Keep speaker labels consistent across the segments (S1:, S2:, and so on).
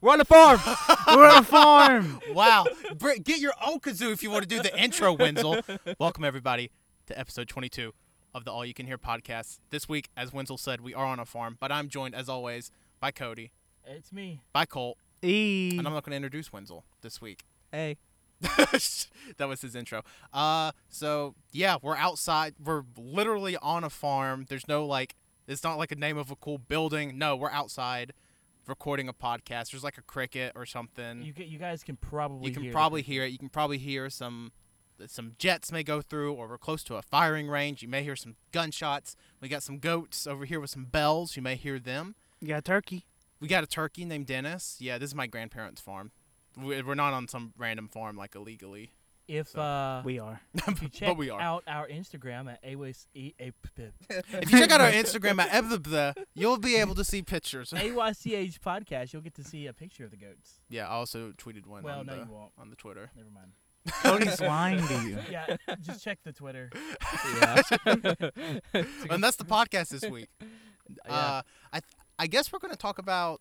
S1: We're on the farm. We're on the farm.
S2: Wow. Br- Get your own kazoo if you want to do the intro, Wenzel. Welcome, everybody, to episode 22 of the All You Can Hear podcast. This week, as Wenzel said, we are on a farm, but I'm joined, as always, by Cody,
S3: It's me.
S2: by Colt,
S1: E.
S2: and I'm not going to introduce Wenzel this week.
S1: Hey.
S2: that was his intro. Uh, so yeah, we're outside. We're literally on a farm. There's no like, it's not like a name of a cool building. No, we're outside recording a podcast. There's like a cricket or something.
S3: You, g- you guys can probably
S2: Mm-hmm. you can
S3: hear the
S2: probably hear it. You can probably hear some some jets may go through, or we're close to a firing range. You may hear some gunshots. We got some goats over here with some bells. You may hear them.
S1: You got a turkey.
S2: We got a turkey named Dennis. Yeah, this is my grandparents' farm. We- We're not on some random farm like illegally,
S3: If uh,
S1: We are.
S3: if you check
S2: but we are.
S3: out our Instagram at AYC, A- p- p-
S2: If you check out our Instagram at Ebbleblah, you'll be able to see pictures.
S3: AYCH podcast, you'll get to see a picture of the goats.
S2: Yeah, I also tweeted one
S3: Well,
S2: on,
S3: no,
S2: the,
S3: you won't.
S2: on the Twitter.
S3: Never mind.
S1: Cody's lying to you.
S3: Yeah, just check the Twitter.
S4: yeah.
S2: And that's the podcast this week.
S4: yeah.
S2: Uh, I th- I guess we're going to talk about.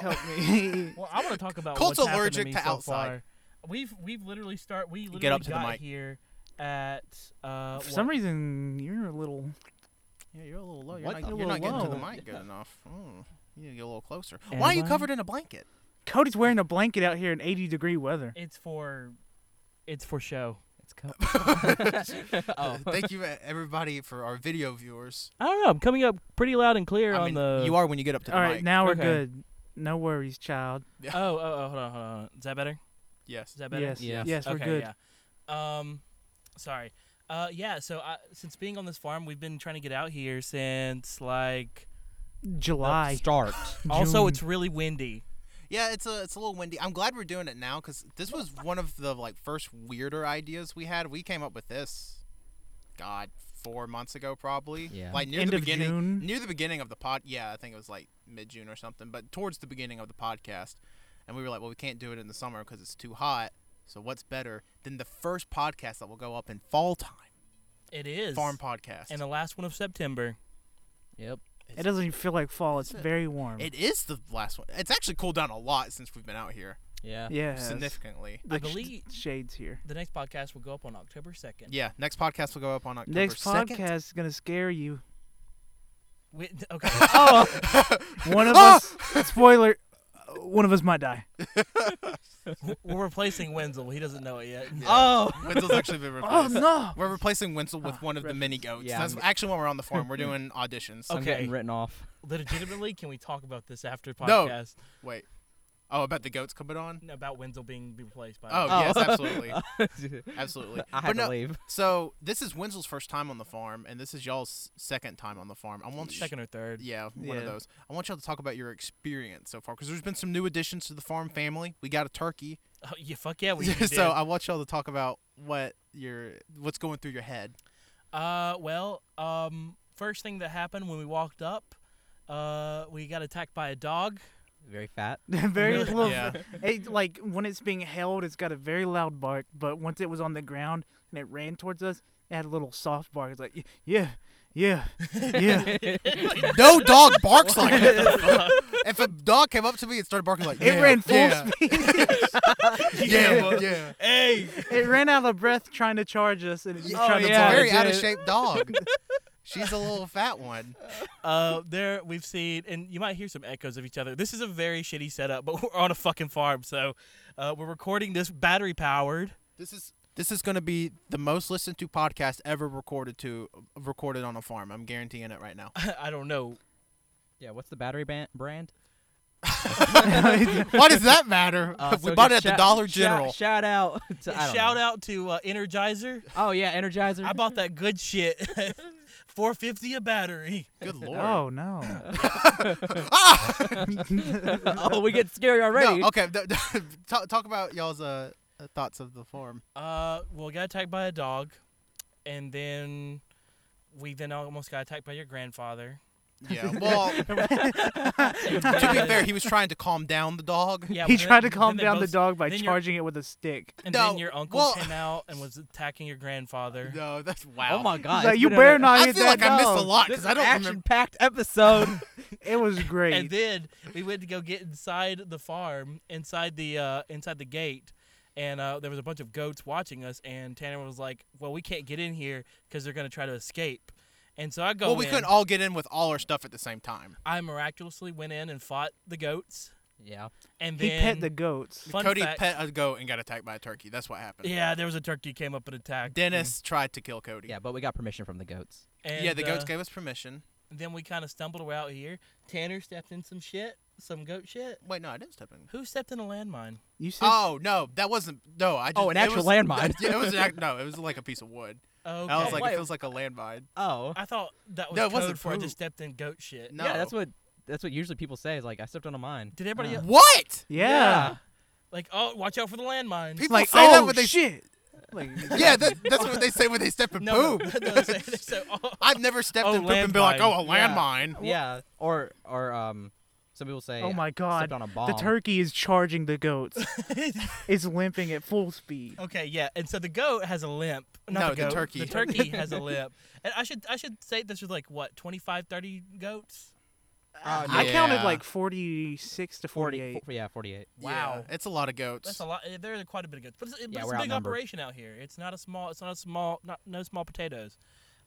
S1: Help me.
S3: Well, I want to talk about
S2: Colt's
S3: what's happened
S2: allergic
S3: to, me
S2: to
S3: so
S2: outside.
S3: Far. We've we've literally start we literally
S2: up to the
S3: got
S2: mic.
S3: here at uh
S1: For some
S3: what?
S1: reason, you're a little.
S2: Yeah, you're a little low. You're
S1: What?
S2: not,
S1: You're a
S2: you're not
S1: little
S2: getting to the
S1: low.
S2: mic good enough. Mm, you need to get a little closer. Why are you
S3: Am I?
S2: covered in a blanket?
S1: Cody's wearing a blanket out here in 80 degree weather.
S3: it's for it's for show.
S4: It's cup.
S3: Oh.
S2: Uh, Thank you, uh, everybody, for our video viewers.
S3: I don't know. I'm coming up pretty loud and clear
S2: I
S3: on
S2: mean,
S3: the
S2: you are when you get up to the
S1: All right,
S2: mic.
S1: now we're
S3: Okay.
S1: good. No worries, child.
S3: Oh, oh, oh, hold on, hold on. Is that better?
S2: yes.
S3: Is that better?
S1: Yes, yes,
S4: Yes.
S1: we're
S3: okay,
S1: good.
S3: Yeah. Um, sorry. Uh, yeah. So I, since being on this farm, we've been trying to get out here since like.
S1: July.
S4: Start.
S3: Also,
S1: June.
S3: it's really windy.
S2: Yeah, it's a it's a little windy. I'm glad we're doing it now because this was one of the like first weirder ideas we had. We came up with this, God, four months ago probably.
S4: Yeah.
S2: Like near
S1: End
S2: the
S1: of
S2: beginning,
S1: June.
S2: near the beginning of the pod. Yeah, I think it was like mid June or something, but towards the beginning of the podcast, and we were like, well, we can't do it in the summer because it's too hot. So what's better than the first podcast that will go up in fall time?
S3: It is.
S2: Farm podcast.
S3: And the last one of September.
S4: Yep.
S1: It doesn't even feel like fall. It's
S2: It's-
S1: very warm.
S2: it is the last one. It's actually cooled down a lot since we've been out here
S4: Yeah.
S1: yeah.
S2: significantly.
S1: The
S3: uh, I
S1: sh-
S3: believe-
S1: shades here.
S3: The next podcast will go up on October second.
S2: Yeah, next podcast will go up on October
S1: Next
S2: 2nd.
S1: podcast is gonna scare you.
S3: We, okay.
S1: Oh, one of us. Spoiler. uh, One of us might die.
S3: we're replacing Wenzel. He doesn't know it yet.
S4: Oh.
S2: Wenzel's actually been replaced.
S1: Oh no.
S2: We're replacing Wenzel with
S1: Ah,
S2: one of the mini goats.
S4: Yeah,
S2: That's
S4: I'm-
S2: actually when we're on the farm. We're doing auditions.
S4: I'm getting
S3: Okay.
S4: written off.
S3: Oh, Legitimately, can we talk about this after
S2: No.
S3: podcast?
S2: Wait. Oh, about the goats coming on?
S3: About Wenzel being be replaced by.
S2: Oh,
S4: Oh.
S2: yes, absolutely.
S4: I
S2: Absolutely.
S4: had
S2: but no,
S4: to leave.
S2: So, this is Wenzel's first time on the farm, and this is y'all's second time on the farm. I want
S3: second or third.
S2: Yeah, one of
S1: Yeah.
S2: those. I want y'all to talk about your experience so far because there's been some new additions to the farm family. We got a turkey.
S3: Oh, yeah. Fuck yeah. We, we did.
S2: so, I want y'all to talk about what your what's going through your head.
S3: Uh, well, um, first thing that happened when we walked up, uh, we got attacked by a dog.
S4: Very fat.
S1: very
S3: Really?
S1: little. It, like when it's being held, it's got a very loud bark. But once it was on the ground and it ran towards us, it had a little soft bark. It's like "Y- yeah, yeah, yeah.
S2: No dog barks like that. if a dog came up to me and started barking like
S1: It
S2: "Yeah,
S1: ran full
S2: yeah,
S1: speed.
S2: Yeah, yeah.
S3: Hey,
S1: it ran out of breath trying to charge us, and it was
S2: Oh,
S1: trying
S2: it's
S1: to
S2: a
S4: yeah,
S2: very
S4: it
S2: out of
S4: did.
S2: shape dog. She's a little fat one.
S3: uh, there we've seen, and you might hear some echoes of each other. This is a very shitty setup, but we're on a fucking farm, so uh, we're recording this battery powered.
S2: This is this is going to be the most listened to podcast ever recorded to recorded on a farm. I'm guaranteeing it right now.
S3: I don't know.
S4: Yeah. What's the battery ban- brand?
S2: Why does that matter?
S4: Uh,
S2: we
S4: so
S2: bought it at
S4: just
S2: the
S4: shout-
S2: Dollar
S4: shout-
S2: General.
S4: Shout, out. To, I don't
S3: Shout
S4: know.
S3: out to uh, Energizer.
S4: Oh yeah, Energizer.
S3: I bought that good shit. 450 a battery.
S2: Good lord.
S1: Oh no.
S4: oh, we get scary already.
S2: No, okay. th- th- talk, talk about y'all's uh, thoughts of the farm.
S3: Uh, well, we got attacked by a dog, and then we then almost got attacked by your grandfather.
S2: Yeah. Well, to be fair, he was trying to calm down the dog.
S3: Yeah,
S1: he
S3: well,
S1: tried to
S3: then-
S1: calm
S3: then they
S1: down the
S3: both-
S1: dog by
S3: then your-
S1: charging it with a stick.
S3: And
S2: No,
S3: then your uncle
S2: well-
S3: came out and was attacking your grandfather.
S2: No, that's wow.
S4: Oh my god!
S1: He's like,
S4: it's
S1: you
S4: been
S1: better
S4: an-
S1: not
S2: I
S1: hit
S2: feel
S1: that
S2: like I missed a
S1: dog."
S2: lot
S4: This
S2: because I don't remember.
S4: action-packed episode.
S1: It was great.
S3: And then we went to go get inside the farm, inside the uh, inside the gate, and uh, there was a bunch of goats watching us. And Tanner was like, "Well, we can't get in here because they're gonna try to escape." And so I go.
S2: Well, we
S3: in.
S2: couldn't all get in with all our stuff at the same time.
S3: I miraculously went in and fought the goats,
S4: yeah.
S3: and
S1: he
S3: then
S1: pet the goats.
S3: fun
S2: Cody
S3: fact-
S2: pet a goat and got attacked by a turkey. That's what happened.
S3: Yeah, there was a turkey came up and attacked.
S2: Dennis tried to kill Cody.
S4: Yeah, but we got permission from the goats.
S3: And,
S2: yeah, the
S3: uh,
S2: goats gave us permission.
S3: Then we kind of stumbled our way out here. Tanner stepped in some shit, some goat shit.
S2: Wait, no, I didn't step in.
S3: Who stepped in a landmine?
S1: You said
S2: Oh no, that wasn't. No, I. Just,
S4: Oh, an
S2: it
S4: actual
S2: was-
S4: landmine.
S2: Yeah, it was an act, no, it was like a piece of wood.
S3: Oh,
S2: I was
S4: Okay.
S2: like,
S4: Wait.
S2: it feels like a landmine.
S4: Oh.
S3: I thought that was
S2: No, it
S3: code
S2: wasn't
S3: for I
S2: poop.
S3: just stepped in goat shit.
S2: No.
S4: Yeah, that's what that's what usually people say. Is like, I stepped on a mine.
S3: Did everybody
S4: Uh,
S3: else-
S2: What?
S1: yeah.
S3: Like, oh, watch out for the landmine.
S2: People
S1: Like,
S2: say that
S1: oh
S2: when they.
S1: shit. Like,
S2: Yeah, that, that's what they say when they step in
S3: No,
S2: poop.
S3: no, no, they say- so, oh,
S2: I've never stepped
S3: Oh,
S2: in poop and been like,
S3: landmine.
S2: oh, a
S3: Yeah.
S2: landmine.
S4: Yeah. Or or um, some people say.
S1: oh my
S4: I stepped
S1: god.
S4: on a bomb.
S1: The turkey is charging the goats. it's limping at full speed.
S3: okay, yeah. And so the goat has a limp. Not
S2: No,
S3: the,
S2: the
S3: goat,
S2: turkey.
S3: The turkey has a limp. And I should I should say this was like what 25, 30 goats.
S4: Uh,
S1: I counted
S2: Yeah.
S1: like 46 to 48.
S4: Forty. Yeah, forty-eight.
S3: Wow.
S2: Yeah, it's a lot of goats.
S3: That's a lot. eh, There are quite a bit of goats, but it's,
S4: Yeah,
S3: but it's
S4: we're
S3: a big
S4: outnumbered.
S3: operation out here. It's not a small. It's not a small. Not no small potatoes.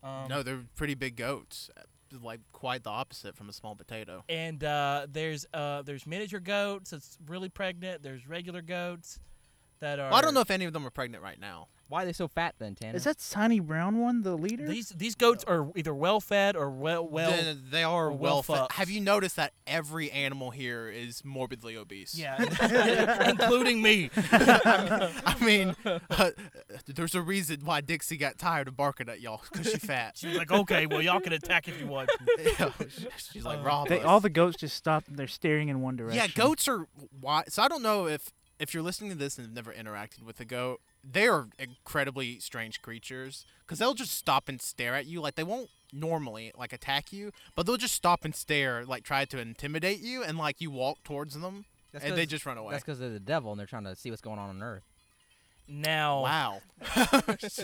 S3: Um,
S2: No, they're pretty big goats. uh, Like quite the opposite from a small potato.
S3: And uh, there's uh, there's miniature goats that's really pregnant. There's regular goats that are.
S2: Well, I don't know if any of them are pregnant right now.
S4: Why are they so fat then, Tanner?
S1: Is that tiny brown one the leader?
S3: These these goats are either well fed or well well.
S2: They- they are
S3: well
S2: well fed.
S3: fucked.
S2: Have you noticed that every animal here is morbidly obese?
S3: Yeah, including me.
S2: I mean, uh, there's a reason why Dixie got tired of barking at y'all because she's fat.
S3: She was like, okay, well, y'all can attack if you want. to."
S2: Yeah, she's
S3: Uh,
S2: like, rob
S1: They,
S2: us."
S1: all the goats just stopped and they're staring in one direction.
S2: yeah, goats are why. So I don't know if if you're listening to this and have never interacted with a goat, they are incredibly strange creatures because they'll just stop and stare at you. Like they won't normally like attack you, but they'll just stop and stare, like try to intimidate you, and like you walk towards them
S4: That's
S2: and they
S4: 'cause-
S2: just run away.
S4: That's because they're the devil and they're trying to see what's going on on Earth.
S3: Now,
S2: Wow.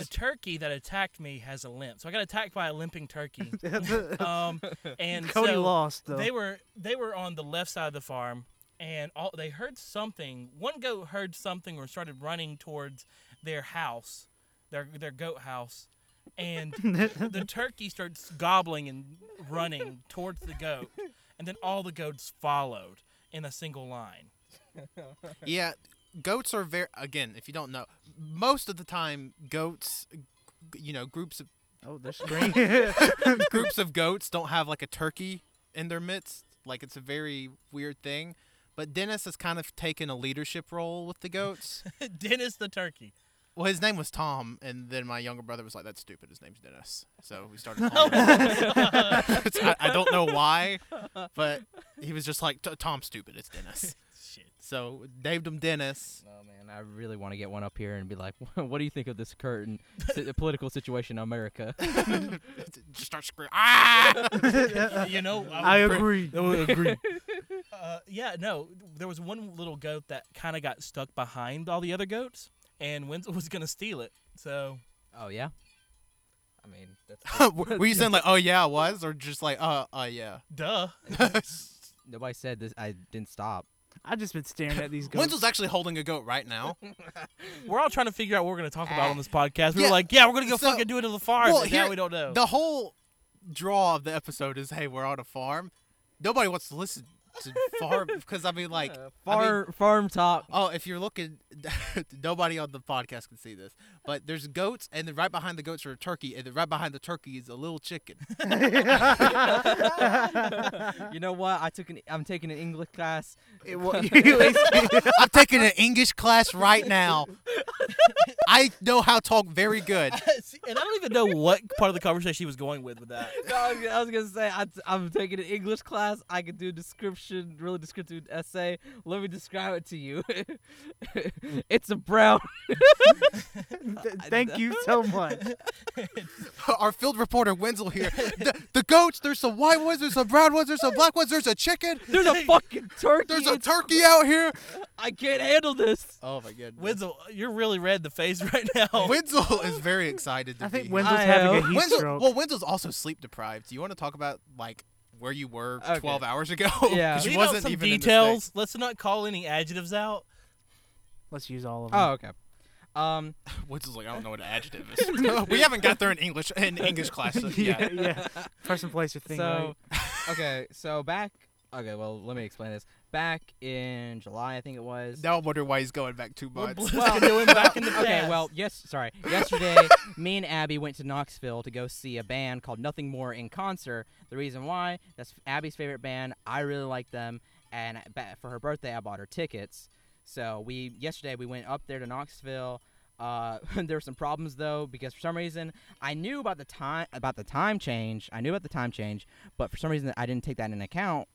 S3: the turkey that attacked me has a limp, so I got attacked by a limping turkey.
S1: Cody
S3: Um, and so
S1: lost though.
S3: They were they were on the left side of the farm, and all they heard something. One goat heard something or started running towards their house, their their goat house, and the turkey starts gobbling and running towards the goat, and then all the goats followed in a single line.
S2: Yeah, goats are very. Again, if you don't know, most of the time, goats, g- you know, groups of
S1: oh, they're screaming.
S2: groups of goats don't have like a turkey in their midst. Like it's a very weird thing. But Dennis has kind of taken a leadership role with the goats.
S3: Dennis the turkey.
S2: well, his name was Tom, and then my younger brother was like, "That's stupid. His name's Dennis." So we started. Calling him Dennis. I, I don't know why, but he was just like, "T- "Tom's stupid. It's Dennis."
S3: Shit.
S2: So named him Dennis.
S4: Oh man, I really want to get one up here and be like, "What do you think of this current si- political situation in America?"
S2: Just start screaming. Ah!
S3: You know,
S1: I
S3: I was-
S1: agree. agree.
S3: uh, yeah, no, there was one little goat that kind of got stuck behind all the other goats, and Wenzel was gonna steal it. So
S4: oh yeah. I mean, that's
S2: Were you saying like, "Oh yeah, I was," or just like, "Uh, uh, yeah"?
S3: Duh.
S4: nobody said this. I didn't stop.
S1: I've just been staring at these goats.
S2: Wenzel's actually holding a goat right now.
S3: We're all trying to figure out what we're going to talk about on this podcast. We
S2: Yeah,
S3: were like, yeah, we're going to go
S2: so-
S3: fucking do it on the farm.
S2: well,
S3: and
S2: here-
S3: now we don't know.
S2: the whole draw of the episode is hey we're on a farm nobody wants to listen to farm because i mean like I mean,
S4: Farm farm talk.
S2: oh if you're looking nobody on the podcast can see this but there's goats and then right behind the goats are a turkey and then right behind the turkey is a little chicken
S4: You know what? I took an. I'm taking an English class.
S1: It wa- you-
S2: i'm taking an english class right now I know how to talk very good.
S3: See, and I don't even know what part of the conversation she was going with with that.
S4: No, I was gonna, I was gonna say I, am taking an English class. I can do a description, really descriptive essay. Let me describe it to you. it's a brown.
S1: Th- thank you so much.
S2: Our field reporter Wenzel here. The, the goats. There's some white ones. There's some brown ones. There's some black ones. There's a chicken.
S4: There's a fucking turkey.
S2: There's a
S4: It's-
S2: turkey out here.
S4: I can't handle this.
S2: Oh my goodness.
S3: Wenzel, you're really red in the face right
S4: Oh.
S3: now.
S2: Wenzel is very excited to
S1: I think
S2: be.
S1: Wenzel's
S4: I
S1: having
S4: am.
S1: a heat
S2: Wenzel,
S1: stroke.
S2: well, Wenzel's also sleep deprived. Do you want to talk about like where you were
S4: Okay.
S2: 12 hours ago?
S4: Yeah.
S2: 'Cause
S3: Leave
S2: you
S3: out
S2: wasn't
S3: some
S2: even in the
S3: details. Let's not call any adjectives out.
S1: Let's use all of them.
S4: Oh, okay. Um,
S2: States. Wenzel's like, I don't know what an adjective is. we haven't got there in English in English class. So, yeah.
S1: yeah, yeah. Person, place, or thing.
S4: so
S1: right?
S4: okay, so back. Okay, well, let me explain this. Back in July, I think it was.
S2: Now I wonder why he's going back two
S3: We're
S2: months.
S3: well, doing back in the
S4: Okay,
S3: past.
S4: well, yes, sorry. Yesterday, me and Abby went to Knoxville to go see a band called Nothing More in concert. The reason why, that's Abby's favorite band. I really like them, and ba- for her birthday, I bought her tickets. So we yesterday we went up there to Knoxville. Uh, there were some problems though because for some reason I knew about the time about the time change. I knew about the time change, but for some reason I didn't take that into account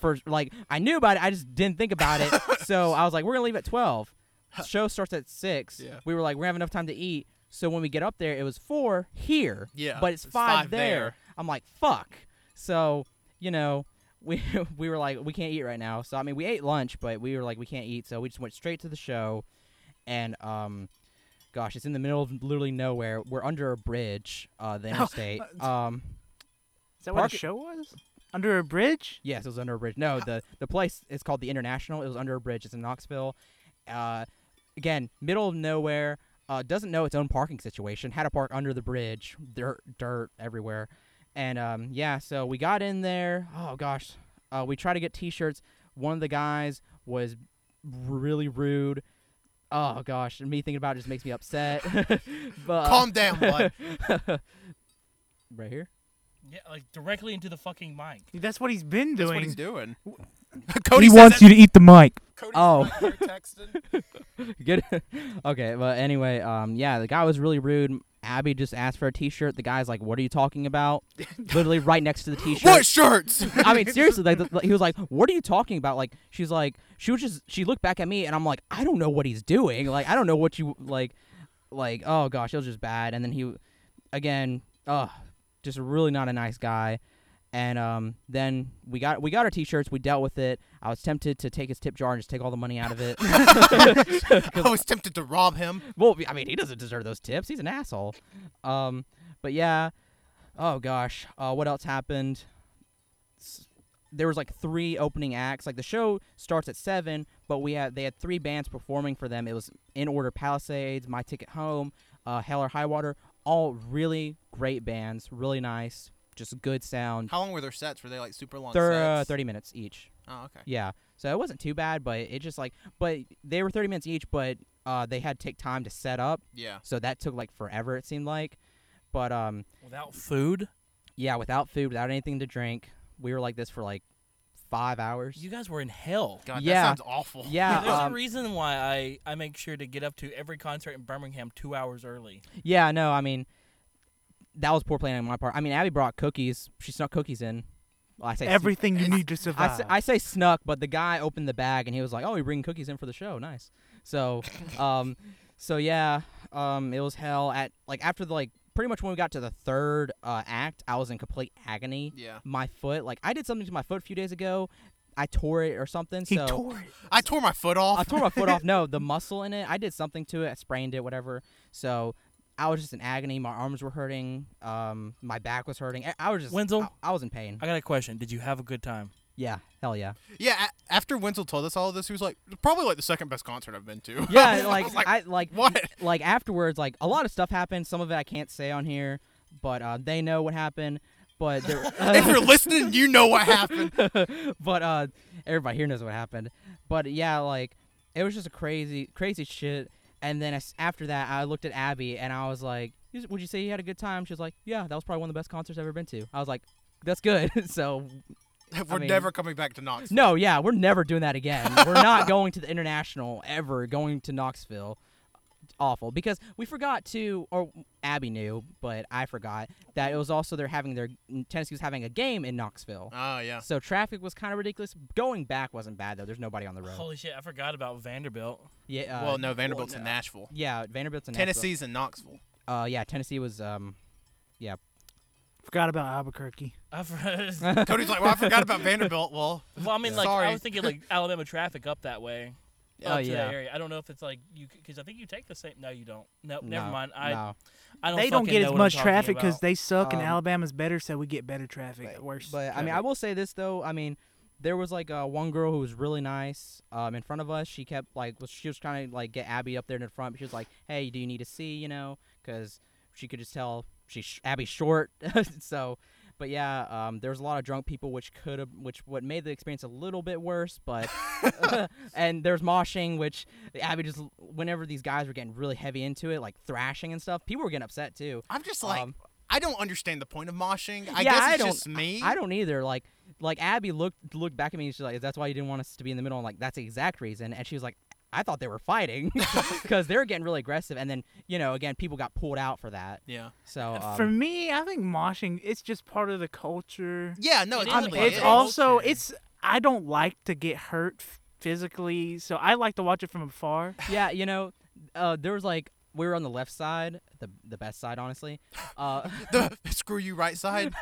S4: for like I knew about it, I just didn't think about it. so I was like, we're gonna leave at twelve. Show starts at six.
S2: Yeah.
S4: We were like, we are having enough time to eat. So when we get up there, it was four here.
S2: Yeah,
S4: But it's,
S2: it's
S4: five,
S2: five
S4: there.
S2: there.
S4: I'm like, fuck. So you know, we we were like, we can't eat right now. So I mean, we ate lunch, but we were like, we can't eat. So we just went straight to the show, and um. Gosh, it's in the middle of literally nowhere. We're under a bridge, uh,
S2: Oh,
S4: the interstate. um,
S1: Is that what
S4: Park-
S1: the show was? Under a bridge?
S4: Yes, it was under a bridge. No, the the place is called the International. It was under a bridge. It's in Knoxville. Uh, again, middle of nowhere. Uh, doesn't know its own parking situation. Had to park under the bridge. Dirt, dirt everywhere. And um, yeah, so we got in there. Oh gosh, uh, we tried to get T-shirts. One of the guys was really rude. Oh gosh, and me thinking about it just makes me upset. but
S2: Calm down, bud.
S4: right here.
S3: yeah, like directly into the fucking mic.
S1: Dude, That's what he's been doing.
S2: That's what he's doing. Cody
S1: he
S2: says
S1: wants
S2: that-
S1: you to eat the mic.
S2: Cody's
S4: Oh.
S2: back there texting.
S4: Good. okay, but anyway, um, yeah, the guy was really rude. Abby just asked for a T-shirt. The guy's like, "What are you talking about?" Literally right next to the T-shirt.
S2: What shirts?
S4: I mean, seriously, like the, he was like, "What are you talking about?" Like she's like, she was just she looked back at me, and I'm like, I don't know what he's doing. Like I don't know what you like, like oh gosh, it was just bad. And then he, again, uh, just really not a nice guy. And um, then we got we got our T-shirts. We dealt with it. I was tempted to take his tip jar and just take all the money out of it.
S2: I was tempted to rob him.
S4: Well, I mean, he doesn't deserve those tips. He's an asshole. Um, but yeah. Oh gosh. Uh, what else happened? S- There was like three opening acts. Like the show starts at seven, but we had they had three bands performing for them. It was in order: Palisades, My Ticket Home, uh, Hell or High Water. All really great bands. Really nice. Just good sound.
S2: How long were their sets? Were they like super long
S4: They're uh,
S2: sets?
S4: thirty minutes each.
S2: Oh, okay.
S4: Yeah. So it wasn't too bad, but it just like, but they were thirty minutes each, but uh, they had to take time to set up.
S2: Yeah.
S4: So that took like forever, it seemed like. But um,
S3: Without food,
S4: yeah, without food, without anything to drink, we were like this for like five hours.
S3: you guys were in hell.
S2: God,
S4: Yeah.
S2: that sounds awful.
S4: yeah,
S3: There's
S4: um,
S3: a reason why I, I make sure to get up to every concert in Birmingham two hours early.
S4: yeah. No, I mean, that was poor planning on my part. I mean, Abby brought cookies. She snuck cookies in. Well, I say sn-
S1: Everything you need to
S4: I,
S1: survive.
S4: s- I say snuck, but the guy opened the bag and he was like, "Oh, you're bringing cookies in for the show. Nice." So, um, so yeah, um, it was hell. At like after the like pretty much when we got to the third uh, act, I was in complete agony.
S2: Yeah.
S4: my foot. Like I did something to my foot a few days ago. I tore it or something.
S1: he
S4: so
S1: tore it.
S2: I tore my foot off.
S4: I tore my foot off. No, the muscle in it. I did something to it. I sprained it, whatever. So I was just in agony. My arms were hurting. Um, my back was hurting. I, I was just
S3: Wenzel?
S4: I, I was in pain.
S3: I got a question. Did you have a good time?
S4: yeah, hell yeah.
S2: Yeah, a- after Wenzel told us all of this, he was like, probably like the second best concert I've been to.
S4: Yeah,
S2: I
S4: like
S2: was like,
S4: I like
S2: what?
S4: like afterwards. Like a lot of stuff happened. Some of it I can't say on here, but uh, they know what happened. But there,
S2: if you're listening, you know what happened.
S4: but uh everybody here knows what happened but yeah like it was just a crazy crazy shit and then as, after that i looked at abby and i was like "You- would you say you had a good time she was like yeah that was probably one of the best concerts i've ever been to i was like that's good so
S2: We're
S4: mean-
S2: never coming back to Knoxville.
S4: no yeah we're never doing that again we're not going to the international ever going to knoxville awful because we forgot to, or Abby knew, but I forgot that it was also they're having their Tennessee was having a game in Knoxville.
S2: Oh yeah.
S4: So traffic was kind of ridiculous. Going back wasn't bad though. There's nobody on the road.
S3: Holy shit, I forgot about Vanderbilt.
S4: yeah. Uh,
S2: well, no, Vanderbilt's
S4: no.
S2: in Nashville.
S4: Yeah, Vanderbilt's in Nashville.
S2: Tennessee's in Knoxville.
S4: Uh, yeah, Tennessee was um, yeah.
S1: Forgot about Albuquerque.
S3: I for-
S2: Cody's like, well, I forgot about Vanderbilt. Well,
S3: well, I mean, like I
S2: Sorry.
S3: was thinking like Alabama traffic up that way.
S4: Oh,
S3: up to
S4: yeah.
S3: that area. I don't know if it's like you because I think you take the same. No, you don't. No, never
S4: no,
S3: mind. I
S4: no.
S3: I don't.
S1: they don't
S3: fucking
S1: get
S3: know
S1: as
S3: what I'm
S1: much
S3: talking
S1: traffic because
S3: about.
S1: they suck and
S4: Um,
S1: Alabama's better, so we get better traffic.
S4: But-
S1: worse.
S4: But I mean, I
S1: traffic.
S4: will say this though. I mean, there was like uh, one girl who was really nice um, in front of us. She kept like was- she was trying to like get Abby up there in the front. She was like, "Hey, do you need a seat?" You know, because she could just tell she's sh- Abby's short. so, but yeah, um, there was a lot of drunk people, which could have, which what made the experience a little bit worse. But and there's moshing, which Abby just whenever these guys were getting really heavy into it, like thrashing and stuff, people were getting upset too.
S2: I'm just like,
S4: Um,
S2: I don't understand the point of moshing. I
S4: yeah,
S2: guess it's
S4: I don't,
S2: just me.
S4: I don't either. Like, like Abby looked looked back at me and she's like, "That's why you didn't want us to be in the middle." I'm like, "That's the exact reason." And she was like, "I thought they were fighting because they were getting really aggressive." And then you know, again, people got pulled out for that.
S2: yeah.
S4: So um,
S1: For me, I think moshing it's just part of the culture.
S2: Yeah. No, it
S3: It is
S1: I'm-
S3: like
S1: it's
S3: it.
S1: also
S3: Culture.
S1: it's I don't like to get hurt f- physically, so I like to watch it from afar.
S4: yeah, you know, uh, there was like we were on the left side, the the best side, honestly. Uh,
S2: the screw you right side.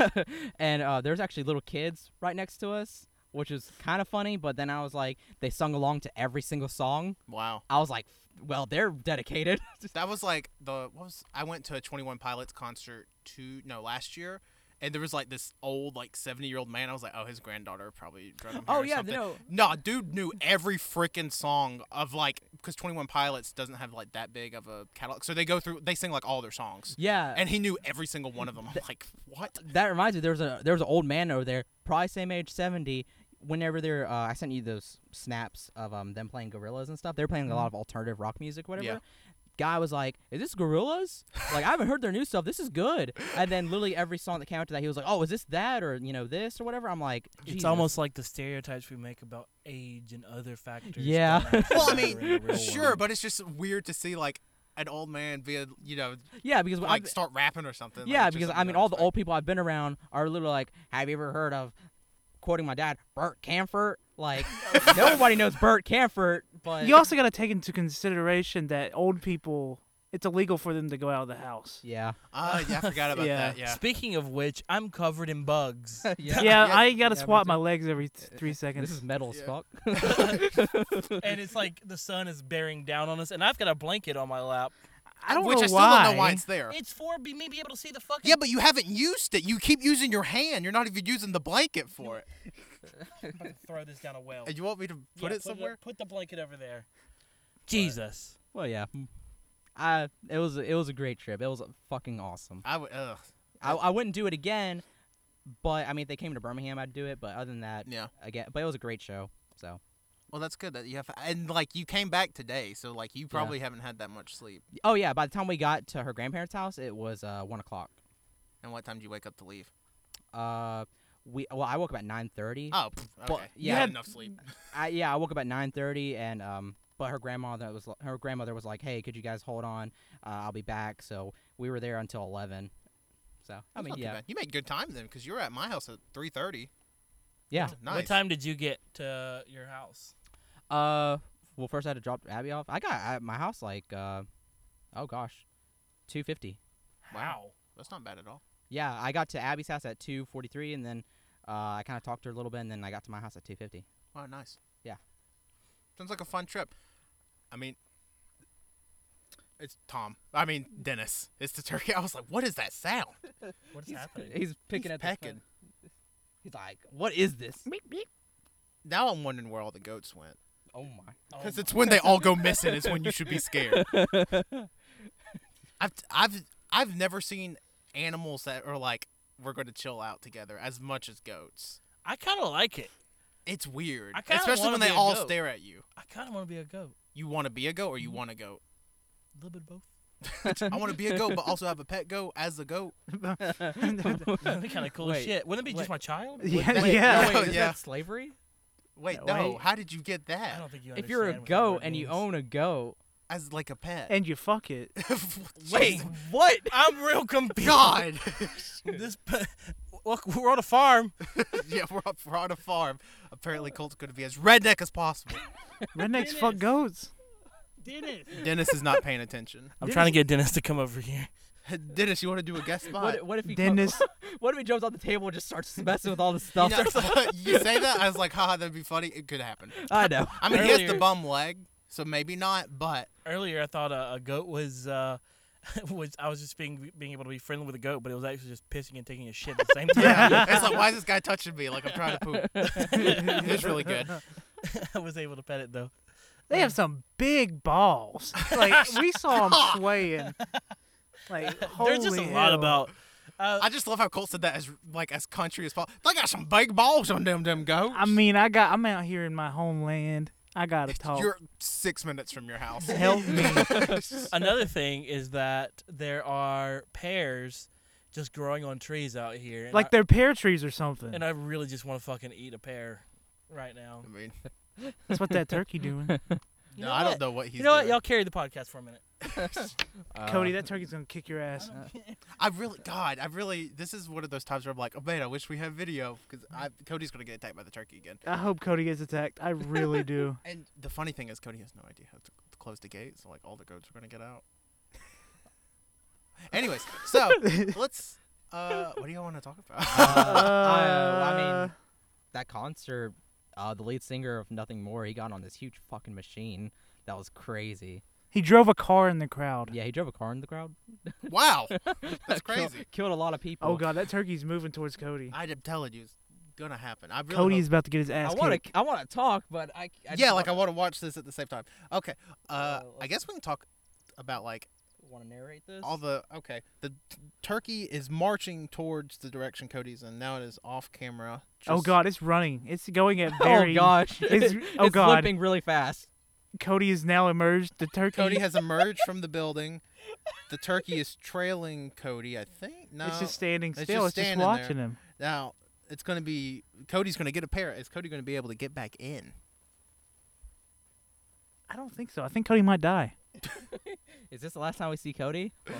S4: and uh, there's actually little kids right next to us. Which was kind of funny, but then I was like, they sung along to every single song.
S2: Wow.
S4: I was like, well, they're dedicated.
S2: That was like the what was I went to a Twenty One Pilots concert two no last year, and there was like this old like seventy year old man. I was like, oh, his granddaughter probably drug him here
S4: Oh,
S2: or
S4: yeah,
S2: something.
S4: no.
S2: no, dude knew every freaking song of like because Twenty One Pilots doesn't have like that big of a catalog, so they go through they sing like all their songs,
S4: yeah.
S2: and he knew every single one of them. I'm like, what?
S4: that reminds me there was a there was an old man over there probably same age 70 whenever they're uh, i sent you those snaps of um them playing gorillas and stuff they're playing a lot of alternative rock music whatever
S2: Mm-hmm. Yeah.
S4: guy was like is this gorillas like i haven't heard their new stuff this is good and then literally every song that came out to that he was like oh is this that or you know this or whatever i'm like
S3: It's
S4: Jesus.
S3: almost like the stereotypes we make about age and other factors.
S4: Yeah.
S3: don't actually
S2: Well, I
S3: matter in the
S2: mean,
S3: real
S2: sure,
S3: world.
S2: but it's just weird to see like an old man be a, you know
S4: yeah because I-
S2: like start rapping or something. Like,
S4: yeah
S2: it's just
S4: because
S2: something
S4: i mean
S2: don't
S4: all the
S2: expect.
S4: old people i've been around are literally like have you ever heard of quoting my dad bert camford like nobody knows bert camford but
S1: You also got to take into consideration that old people it's illegal for them to go out of the house.
S4: yeah
S2: Ah, yeah, I forgot about
S1: Yeah.
S2: that. Yeah.
S3: Speaking of which, I'm covered in bugs.
S4: yeah
S1: Yeah,
S2: Yeah,
S1: I gotta
S4: yeah, me
S1: swap
S4: too. Uh,
S1: my legs every t- three
S4: This
S1: seconds.
S4: is metal as
S2: Yeah.
S4: fuck.
S3: and it's like the sun is bearing down on us, and I've got a blanket on my lap.
S1: I don't
S2: Which
S1: know
S2: I still
S1: why.
S2: don't know why it's there.
S3: It's for be me be able to see the fucking.
S2: Yeah, but you haven't used it. You keep using your hand. You're not even using the blanket for it.
S3: I'm about to throw this down a well.
S2: And Uh, you want me to
S3: Yeah,
S2: put it somewhere?
S3: put the blanket over there. Jesus.
S4: well, yeah. I it was it was a great trip. It was fucking awesome.
S2: I would. Ugh.
S4: I, I wouldn't do it again, but I mean, if they came to Birmingham, I'd do it. But other than that,
S2: Yeah.
S4: Again, but it was a great show. So
S2: Well, that's good that you have. And like you came back today, so like you probably haven't had that much sleep.
S4: oh yeah, by the time we got to her grandparents' house, it was uh, one o'clock.
S2: And what time do you wake up to leave?
S4: Uh, we well, I woke up at nine thirty.
S2: Oh, pff, okay.
S4: Well,
S2: you
S4: yeah.
S2: had enough sleep.
S4: I, yeah, I woke up at nine thirty, and um, but her grandmother was li- her grandmother was like, "Hey, could you guys hold on? Uh, I'll be back." So we were there until eleven. So I
S2: That's
S4: mean,
S2: not too
S4: yeah,
S2: bad. You made good time then, because you were at my house at 3:30.
S4: yeah.
S2: Nice.
S3: What time did you get to your house?
S4: Uh, well, first I had to drop Abby off. I got at my house like, uh, oh gosh, two fifty.
S2: Wow. That's not bad at all.
S4: Yeah, I got to Abby's house at two forty three, and then uh, I kind of talked to her a little bit, and then I got to my house at two fifty.
S2: Wow, nice.
S4: Yeah.
S2: Sounds like a fun trip. I mean, it's Tom. I mean Dennis. It's the turkey. I was like, what is that sound?
S3: What's happening?
S4: He's picking
S2: He's
S4: at the
S2: pecking.
S4: phone. He's like, "What is this?
S2: Now I'm wondering where all the goats went.
S4: Oh my!"
S3: Oh
S2: Because
S3: my-
S2: it's when they all go missing is when you should be scared. I've I've I've never seen animals that are like we're going to chill out together as much as goats.
S3: I kind of like it.
S2: It's weird,
S3: I kinda
S2: especially
S3: wanna
S2: when
S3: be
S2: they
S3: a
S2: all
S3: goat.
S2: stare at you.
S3: I kind of want to be a goat.
S2: You want to be a goat or you want a goat?
S3: A little bit of both.
S2: I want to be a goat, but also have a pet goat as a goat.
S3: That'd be kind of cool as
S4: Wait,
S3: shit. Wouldn't it be
S4: wait.
S3: just my child?
S1: yeah,
S2: Wait,
S1: yeah.
S2: no,
S4: Wait, is
S2: yeah.
S4: that slavery?
S2: Wait,
S4: No,
S2: no.
S4: wait.
S2: How did you get
S3: I
S2: that?
S3: don't think you.
S4: If you're a
S3: understand what that
S4: goat
S3: word
S4: and you
S3: means.
S4: own a goat,
S2: I, as like a pet.
S1: and you fuck it.
S3: Wait,
S4: What?
S3: I'm real confused.
S2: God.
S3: This, pe- look, we're on a farm.
S2: yeah, we're, up, we're on a farm. Apparently, Colt's going to be as redneck as possible.
S1: Rednecks fuck
S5: Dennis.
S1: goats.
S5: Dennis.
S2: Dennis is not paying attention.
S3: I'm trying to get Dennis to come over here.
S2: Dennis, you want to do a guest spot?
S4: What, what if he come-
S1: Dennis,
S4: What if he jumps off the table and just starts messing with all the
S2: You,
S4: stuff?
S2: know, you say that, I was like, haha, that'd be funny. It could happen.
S4: I know.
S2: I mean, he has the
S3: Earlier-
S2: bum leg, so maybe not, but
S3: Earlier, I thought a, a goat was uh, was I was just being being able to be friendly with a goat, but it was actually just pissing and taking a shit at the same time.
S2: yeah. it's like, why is this guy touching me? Like, I'm trying to poop. it's really good.
S3: I was able to pet it though.
S1: they have some big balls. Like we saw them swaying. Like holy
S3: There's just a lot
S1: hell.
S3: about.
S2: I just love how Colt said that as like as country as possible. They got some big balls on them, them goats.
S1: I mean, I got. I'm out here in my homeland. I gotta talk.
S2: you're six minutes from your house.
S1: Help me.
S3: Another thing is that there are pears just growing on trees out here. And
S1: like
S3: I,
S1: they're pear trees or something.
S3: and I really just want to fucking eat a pear right now.
S2: I mean,
S1: That's what that turkey doing.
S2: no,
S3: know
S2: I don't
S3: what?
S2: know what he's
S3: you know what?
S2: doing.
S3: Y'all carry the podcast for a minute.
S1: Cody, that turkey's gonna kick your ass.
S2: I really, God, I really. This is one of those times where I'm like, oh man, I wish we had video because Cody's gonna get attacked by the turkey again.
S1: I hope Cody gets attacked. I really do.
S2: And the funny thing is, Cody has no idea how to close the gate, so like all the goats are gonna get out. Anyways, so let's. Uh, what do y'all want to talk about?
S4: Uh, I, I
S1: Uh.
S4: mean, that concert, uh, the lead singer of Nothing More, he got on this huge fucking machine. That was crazy.
S1: He drove a car in the crowd.
S4: Yeah, he drove a car in the crowd.
S2: wow, that's
S4: Kill-
S2: crazy.
S4: Killed, a lot of people.
S1: Oh god, that turkey's moving towards Cody.
S2: I'm telling you, it's gonna happen. I really
S1: Cody's
S2: hope-
S1: about to get his ass
S4: I
S1: kicked.
S4: want to. I want to talk, but I. I just
S2: yeah, like I
S4: wanna-
S2: want to watch this at the same time. Okay, uh,
S4: Uh,
S2: I guess we can talk about like
S4: want to narrate this.
S2: all the okay. The t- turkey is marching towards the direction Cody's in. Now it is off camera.
S1: oh
S2: just-
S1: god, it's running. It's going at
S4: oh
S1: very.
S4: gosh,
S1: it's- oh,
S4: it's
S1: God.
S4: flipping really fast.
S1: Cody is now emerged. The turkey.
S2: Cody has emerged from the building. The turkey is trailing Cody. I think no.
S1: It's just standing
S2: it's
S1: still.
S2: just
S1: it's
S2: standing
S1: just
S2: there.
S1: watching him.
S2: now it's gonna be Cody's gonna get a pair. Is Cody gonna be able to get back in?
S1: I don't think so. I think Cody might die.
S4: Is this the last time we see Cody?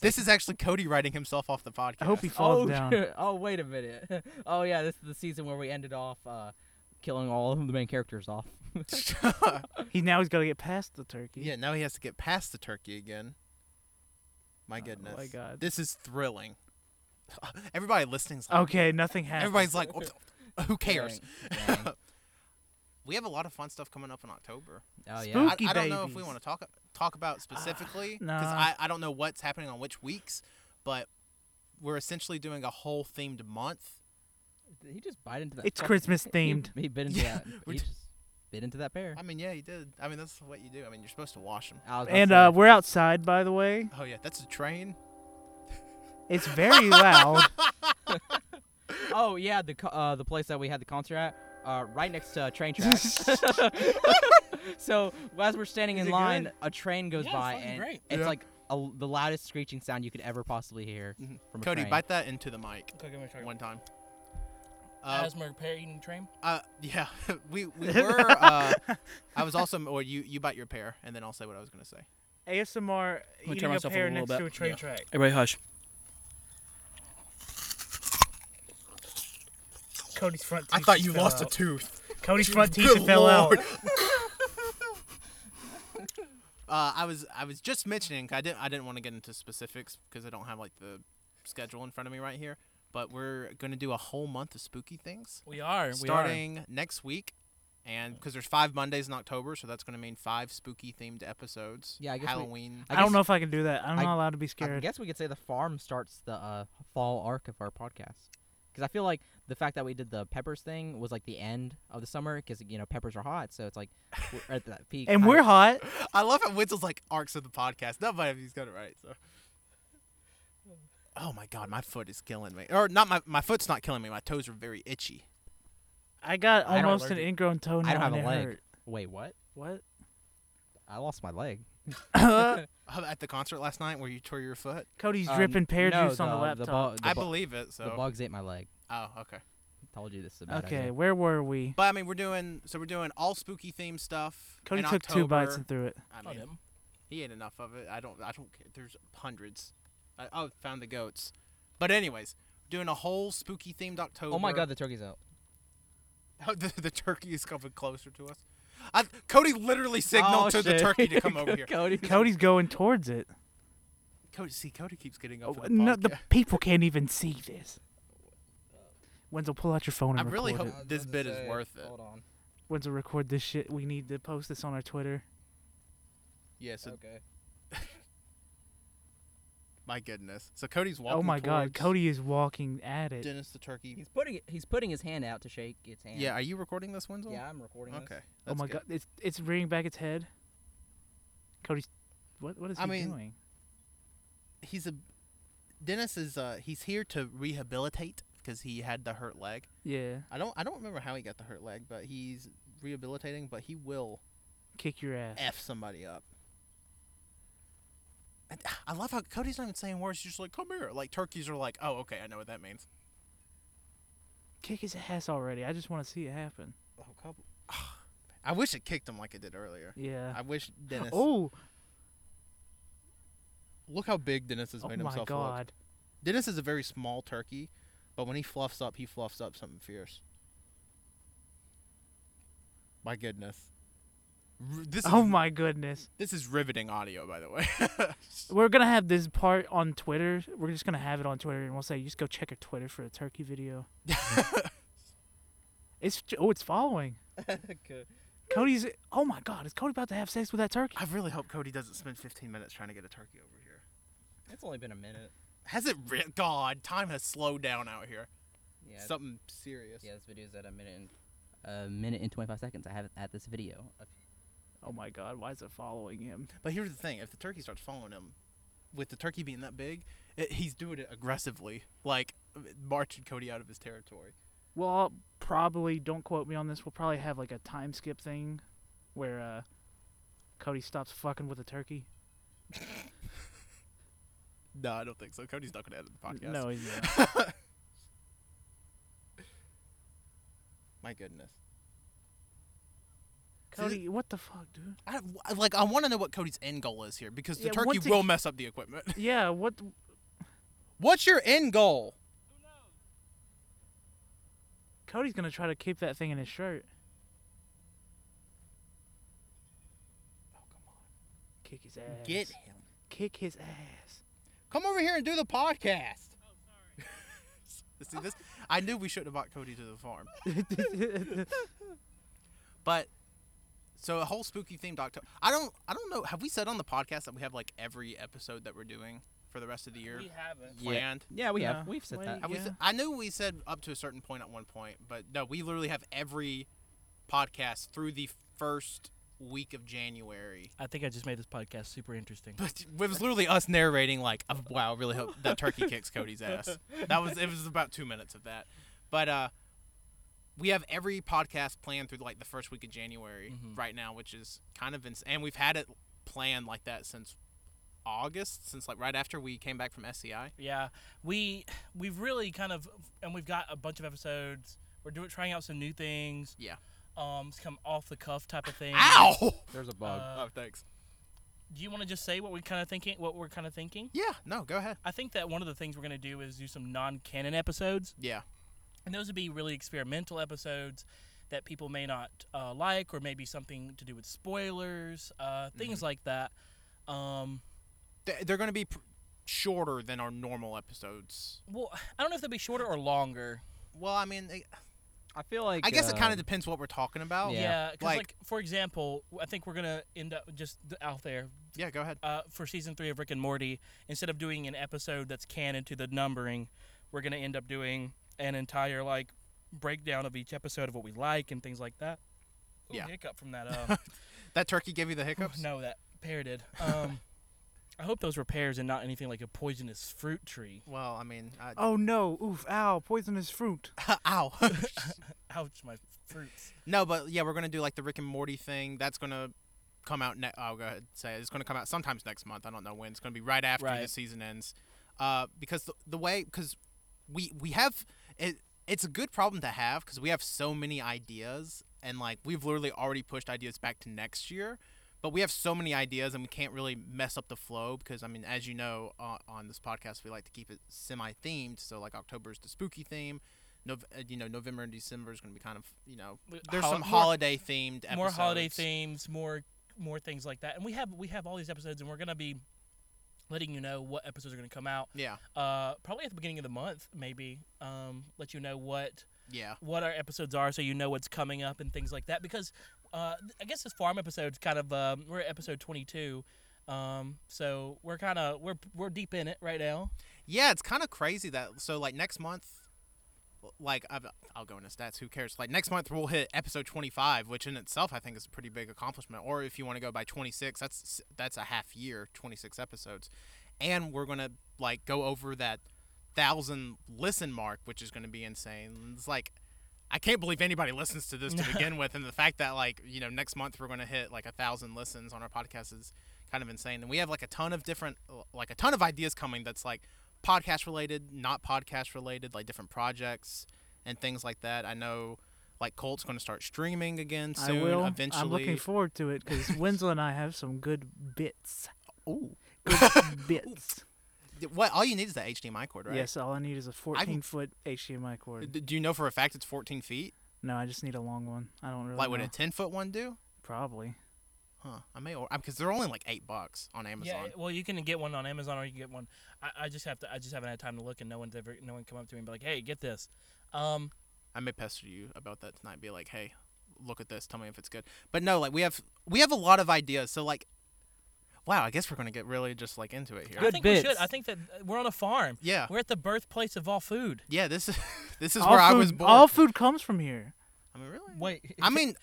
S2: This is actually Cody writing himself off the podcast.
S1: I hope he falls
S4: oh,
S1: down.
S4: oh, wait a minute. Oh yeah, this is the season where we ended off uh, killing all of the main characters off.
S1: He now he's got to get past the turkey.
S2: yeah, now he has to get past the turkey again. My goodness.
S1: my God.
S2: This is thrilling. Everybody listening's like,
S1: Okay, nothing happened.
S2: everybody's like, "What the- who cares?
S4: Dang, dang.
S2: We have a lot of fun stuff coming up in October.
S4: Oh yeah.
S1: Spook-
S2: I,
S1: Spooky
S2: I don't know if we
S1: babies.
S2: want to talk talk about specifically because
S1: nah.
S2: I, I don't know what's happening on which weeks, but we're essentially doing a whole themed month.
S4: Did he just bite into that?
S1: It's
S4: fucking-
S1: Christmas
S4: he-
S1: themed.
S4: He, bit into
S2: Yeah,
S4: that.
S2: we're
S4: He
S2: t-
S4: just bit into that bear.
S2: I mean, yeah, you did. I mean, that's what you do. I mean, you're supposed to wash them.
S4: I was about
S1: And
S4: to
S1: uh,
S4: say,
S1: we're outside, by the way.
S2: Oh yeah, that's a train.
S1: It's very loud.
S4: oh yeah, the co- uh, the place that we had the concert at, uh, right next to a train tracks. so as we're standing in
S1: it
S4: line,
S1: good?
S4: a train goes
S3: Yeah, it's
S4: by,
S3: fucking
S4: and
S3: great.
S4: it's
S2: Yeah.
S4: like a, the loudest screeching sound you could ever possibly hear
S1: Mm-hmm.
S4: from a
S2: Cody,
S4: train.
S2: bite that into the mic
S3: Okay, give me a second.
S2: one time. Uh,
S3: Asthma pear eating train.
S2: uh, yeah, we, we were. Uh, I was also, or you you bite your pear, and then I'll say what I was gonna say.
S1: ASMR
S3: turn
S1: eating a
S3: myself up a
S1: pear
S3: little
S1: next
S3: bit.
S1: to a train
S3: Yeah.
S1: track.
S3: Everybody hush.
S1: Cody's front teeth.
S2: I thought you
S1: fell
S2: lost a
S1: out.
S2: tooth.
S1: Cody's front teeth
S2: Good
S1: fell out.
S2: lord. Uh, I was I was just mentioning. I didn't I didn't want to get into specifics because I don't have like the schedule in front of me right here. But we're gonna do a whole month of spooky things
S3: We are.
S2: starting next week, and because there's five Mondays in October, so that's gonna mean five spooky themed episodes.
S4: Yeah, I guess we-
S2: Halloween.
S1: I, don't
S4: guess-
S1: know if I can do that. I'm
S4: I-
S1: not allowed to be
S4: I
S1: scared.
S4: guess we could say the farm starts the uh, fall arc of our podcast. Because I feel like the fact that we did the peppers thing was like the end of the summer. Because you know peppers are hot, so it's like we're at that peak.
S1: and
S4: I-
S1: we're hot.
S2: I love how Wenzel's like arcs of the podcast. Nobody of you's got it right. So. Oh my god, my foot is killing me. Or not my my foot's not killing me. My toes are very itchy.
S1: I got
S4: I don't
S1: almost an
S4: allergic.
S1: ingrown toenail.
S4: I don't have
S1: and
S4: a
S1: it
S4: leg.
S1: hurt.
S4: Wait, what?
S1: What?
S4: I lost my leg.
S2: Uh, At the concert last night where you tore your foot,
S1: Cody's
S4: Um,
S1: dripping pear
S4: no,
S1: juice on the
S4: The,
S1: laptop.
S4: bu- the
S2: I
S4: bu-
S2: believe it.
S4: the
S2: So
S4: bugs ate my leg.
S2: oh okay.
S4: Told you this is a bad
S1: okay,
S4: idea.
S1: where were we?
S2: But I mean, we're doing so we're doing all spooky themed stuff.
S1: Cody
S2: in
S1: took two
S2: October.
S1: bites
S4: Oh,
S1: and threw it.
S2: I mean, He ate enough of it. I don't. I don't care. There's hundreds. I, oh, found the goats. But anyways, doing a whole spooky themed October.
S4: Oh my god, the turkey's out.
S2: the, the turkey is coming closer to us. I, Cody literally signaled
S4: Oh,
S2: to the
S4: shit.
S2: turkey to come over here.
S4: Cody.
S1: Cody's going towards it.
S2: Cody, see, Cody keeps getting up.
S1: Oh,
S2: for the
S1: no,
S2: podcast.
S1: the people can't even see this. Wenzel, pull out your phone
S2: I
S1: and
S2: really
S1: record
S2: hope-
S1: it.
S2: This bit is worth it.
S4: Hold on.
S1: Wenzel, record this shit. We need to post this on our Twitter.
S2: yeah.
S1: Oh.
S2: So
S4: Okay.
S2: my goodness. So Cody's walking.
S1: oh my
S2: towards
S1: god, Cody is walking at it.
S2: Dennis the turkey.
S4: He's putting it, he's putting his hand out to shake its hand.
S2: Yeah. Are you recording this, Wenzel?
S4: Yeah, I'm recording this.
S2: Okay.
S1: oh
S2: that's
S1: my
S2: good.
S1: god, it's it's rearing back its head. Cody's what what is he
S2: I mean-
S1: doing?
S2: He's a. Dennis is. Uh, he's here to rehabilitate because he had the hurt leg.
S1: Yeah,
S2: I don't I don't remember how he got the hurt leg, but he's rehabilitating, but he will
S1: kick your ass.
S2: F somebody up. And ah, I love how Cody's not even saying words, he's just like, come here. Like turkeys are like, oh okay, I know what that means.
S1: Kick his ass already. I just want to see it happen.
S4: Oh, couple.
S2: I wish it kicked him like it did earlier.
S1: Yeah.
S2: I wish Dennis
S1: oh,
S2: look how big Dennis has
S1: oh
S2: made
S1: my
S2: himself look.
S1: god.
S2: Dennis is a very small turkey, but when he fluffs up, he fluffs up something fierce. My goodness. R- This is,
S1: Oh my goodness.
S2: this is riveting audio, by the way.
S1: We're gonna have this part on Twitter. We're just gonna have it on Twitter, and we'll say, just go check our Twitter for a turkey video. It's oh, it's following. Cody's. Oh my god, is Cody about to have sex with that turkey?
S2: I really hope Cody doesn't spend 15 minutes trying to get a turkey over here.
S4: It's only been a minute.
S2: Has it? Re- God, time has slowed down out here.
S4: Yeah.
S2: Something serious.
S4: Yeah, this video's at a minute and a minute and 25 seconds. I have it at this video.
S1: Oh my god, why is it following him?
S2: But here's the thing: if the turkey starts following him, with the turkey being that big, it, he's doing it aggressively, like marching Cody out of his territory.
S1: Well, I'll probably don't quote me on this. We'll probably have like a time skip thing, where uh, Cody stops fucking with a turkey.
S2: No, I don't think so. Cody's not gonna edit the podcast.
S1: No, he's not.
S2: my goodness.
S1: Cody, what the fuck, dude?
S2: I, I- like I want to know what Cody's end goal is here because the
S1: Yeah,
S2: turkey
S1: once it-
S2: will mess up the equipment.
S1: Yeah, what?
S2: What's your end goal?
S1: Cody's gonna try to keep that thing in his shirt.
S2: Oh, come on.
S1: Kick his ass.
S2: Get him.
S1: Kick his ass.
S2: Come over here and do the podcast. See this? I knew we shouldn't have brought Cody to the farm. But so a whole spooky themed October. I don't. I don't know. Have we said on the podcast that we have like every episode that we're doing for the rest of the year
S3: We haven't.
S2: planned?
S4: Yeah, we
S1: Yeah.
S4: have. We've said
S1: Wait.
S4: that.
S2: Have we
S1: Yeah.
S2: said- I knew we said up to a certain point at one point, but no, we literally have every podcast through the first week of January.
S3: I think I just made this podcast super interesting.
S2: But it was literally us narrating like, "Oh, "Wow, I really hope that turkey kicks Cody's ass." That was it was about two minutes of that, but uh, we have every podcast planned through like the first week of January right now, which is kind of insane. And we've had it planned like that since August, since like right after we came back from E SCI.
S3: Yeah, we we've really kind of and we've got a bunch of episodes. We're doing trying out some new things.
S2: Yeah.
S3: Um, some off the cuff type of Uh, thing.
S2: Ow!
S4: There's a bug.
S2: oh, thanks.
S3: Do you want to just say what we're kind of thinking? What we're kind of thinking?
S2: Yeah. No, go ahead.
S3: I think that one of the things we're gonna do is do some non-canon episodes,
S2: Yeah.
S3: and those would be really experimental episodes that people may not uh, like, or maybe something to do with spoilers, uh, things like that. Um,
S2: They- They're going to be pr- shorter than our normal episodes.
S3: well, I don't know if they'll be shorter or longer.
S2: Well, I mean, it-
S4: I feel like.
S2: I guess it kind
S4: um,
S2: of depends what we're talking about.
S4: Yeah.
S3: Yeah, 'cause,
S2: Like-
S3: like, for example, I think we're gonna end up just th- out there
S2: Yeah. Go ahead.
S3: uh, for season three of Rick and Morty. Instead of doing an episode that's canon to the numbering, we're gonna end up doing an entire like breakdown of each episode of what we like and things like that. Ooh,
S2: Yeah.
S3: hiccup from that. Uh,
S2: That turkey gave you the hiccups.
S3: no, that pear did. Um, I hope those were pears and not anything like a poisonous fruit tree.
S2: Well, I mean, I,
S1: Oh no! Oof! Ow! Poisonous fruit.
S2: Ow.
S3: Ouch, my fruits.
S2: no, but yeah, we're gonna do like the Rick and Morty thing. That's gonna come out. Ne- I'll go ahead and say it. it's gonna come out sometimes next month. I don't know when. It's gonna be right after the
S3: Right.
S2: season ends, uh, because the, the way because we we have it. It's a good problem to have because we have so many ideas and like we've literally already pushed ideas back to next year. but we have so many ideas and we can't really mess up the flow because I mean, as you know, uh, on this podcast we like to keep it semi-themed. So like October is the spooky theme. Nov- uh, you know, November and December is going to be kind of you know
S3: But
S2: there's
S3: hol-
S2: some
S3: more-
S2: holiday themed episodes.
S3: more holiday themes, more more things like that. And we have we have all these episodes, and we're gonna be letting you know what episodes are gonna come out.
S2: Yeah,
S3: Uh, probably at the beginning of the month, maybe. Um, let you know what
S2: yeah,
S3: what our episodes are, so you know what's coming up and things like that. Because uh, I guess this farm episode's kind of um, we're at episode twenty two. Um, so we're kind of we're we're deep in it right now.
S2: yeah. It's kind of crazy that so like next month. Like I've, I'll go into stats. Who cares? Like next month we'll hit episode 25, which in itself I think is a pretty big accomplishment. Or if you want to go by 26, that's that's a half year, 26 episodes, and we're gonna like go over that thousand listen mark, which is gonna be insane. It's like I can't believe anybody listens to this to begin with, and the fact that like you know next month we're gonna hit like a thousand listens on our podcast is kind of insane. And we have like a ton of different, like a ton of ideas coming that's like podcast related, not podcast related, like different projects and things like that. I know like Colt's gonna start streaming again soon.
S1: I will.
S2: Eventually,
S1: I'm looking forward to it because Winslow and I have some good bits.
S2: Ooh.
S1: Good bits.
S2: what all you need is that HDMI cord, right?
S1: Yes, all I need is a 14 foot HDMI cord.
S2: D- Do you know for a fact it's 14 feet?
S1: No, I just need a long one. I don't really.
S2: Like, would
S1: know.
S2: a 10 foot one do?
S1: Probably.
S2: Huh? I may, or because they're only like eight bucks on Amazon.
S3: Yeah, well, you can get one on Amazon or you can get one. I, I just have to. I just haven't had time to look, and no one's ever. No one come up to me and be like, "Hey, get this." Um,
S2: I may pester you about that tonight. Be like, hey, look at this. Tell me if it's good. But no, like we have we have a lot of ideas. So like, wow, I guess we're gonna get really just like into it here.
S3: I
S4: Good
S3: think we should.
S4: bits.
S3: I think that uh, we're on a farm.
S2: Yeah,
S3: We're at the birthplace of all food.
S2: yeah. This is this is
S1: all
S2: where
S1: food,
S2: I was born.
S1: All food comes from here.
S2: I mean, really?
S3: Wait,
S2: I mean,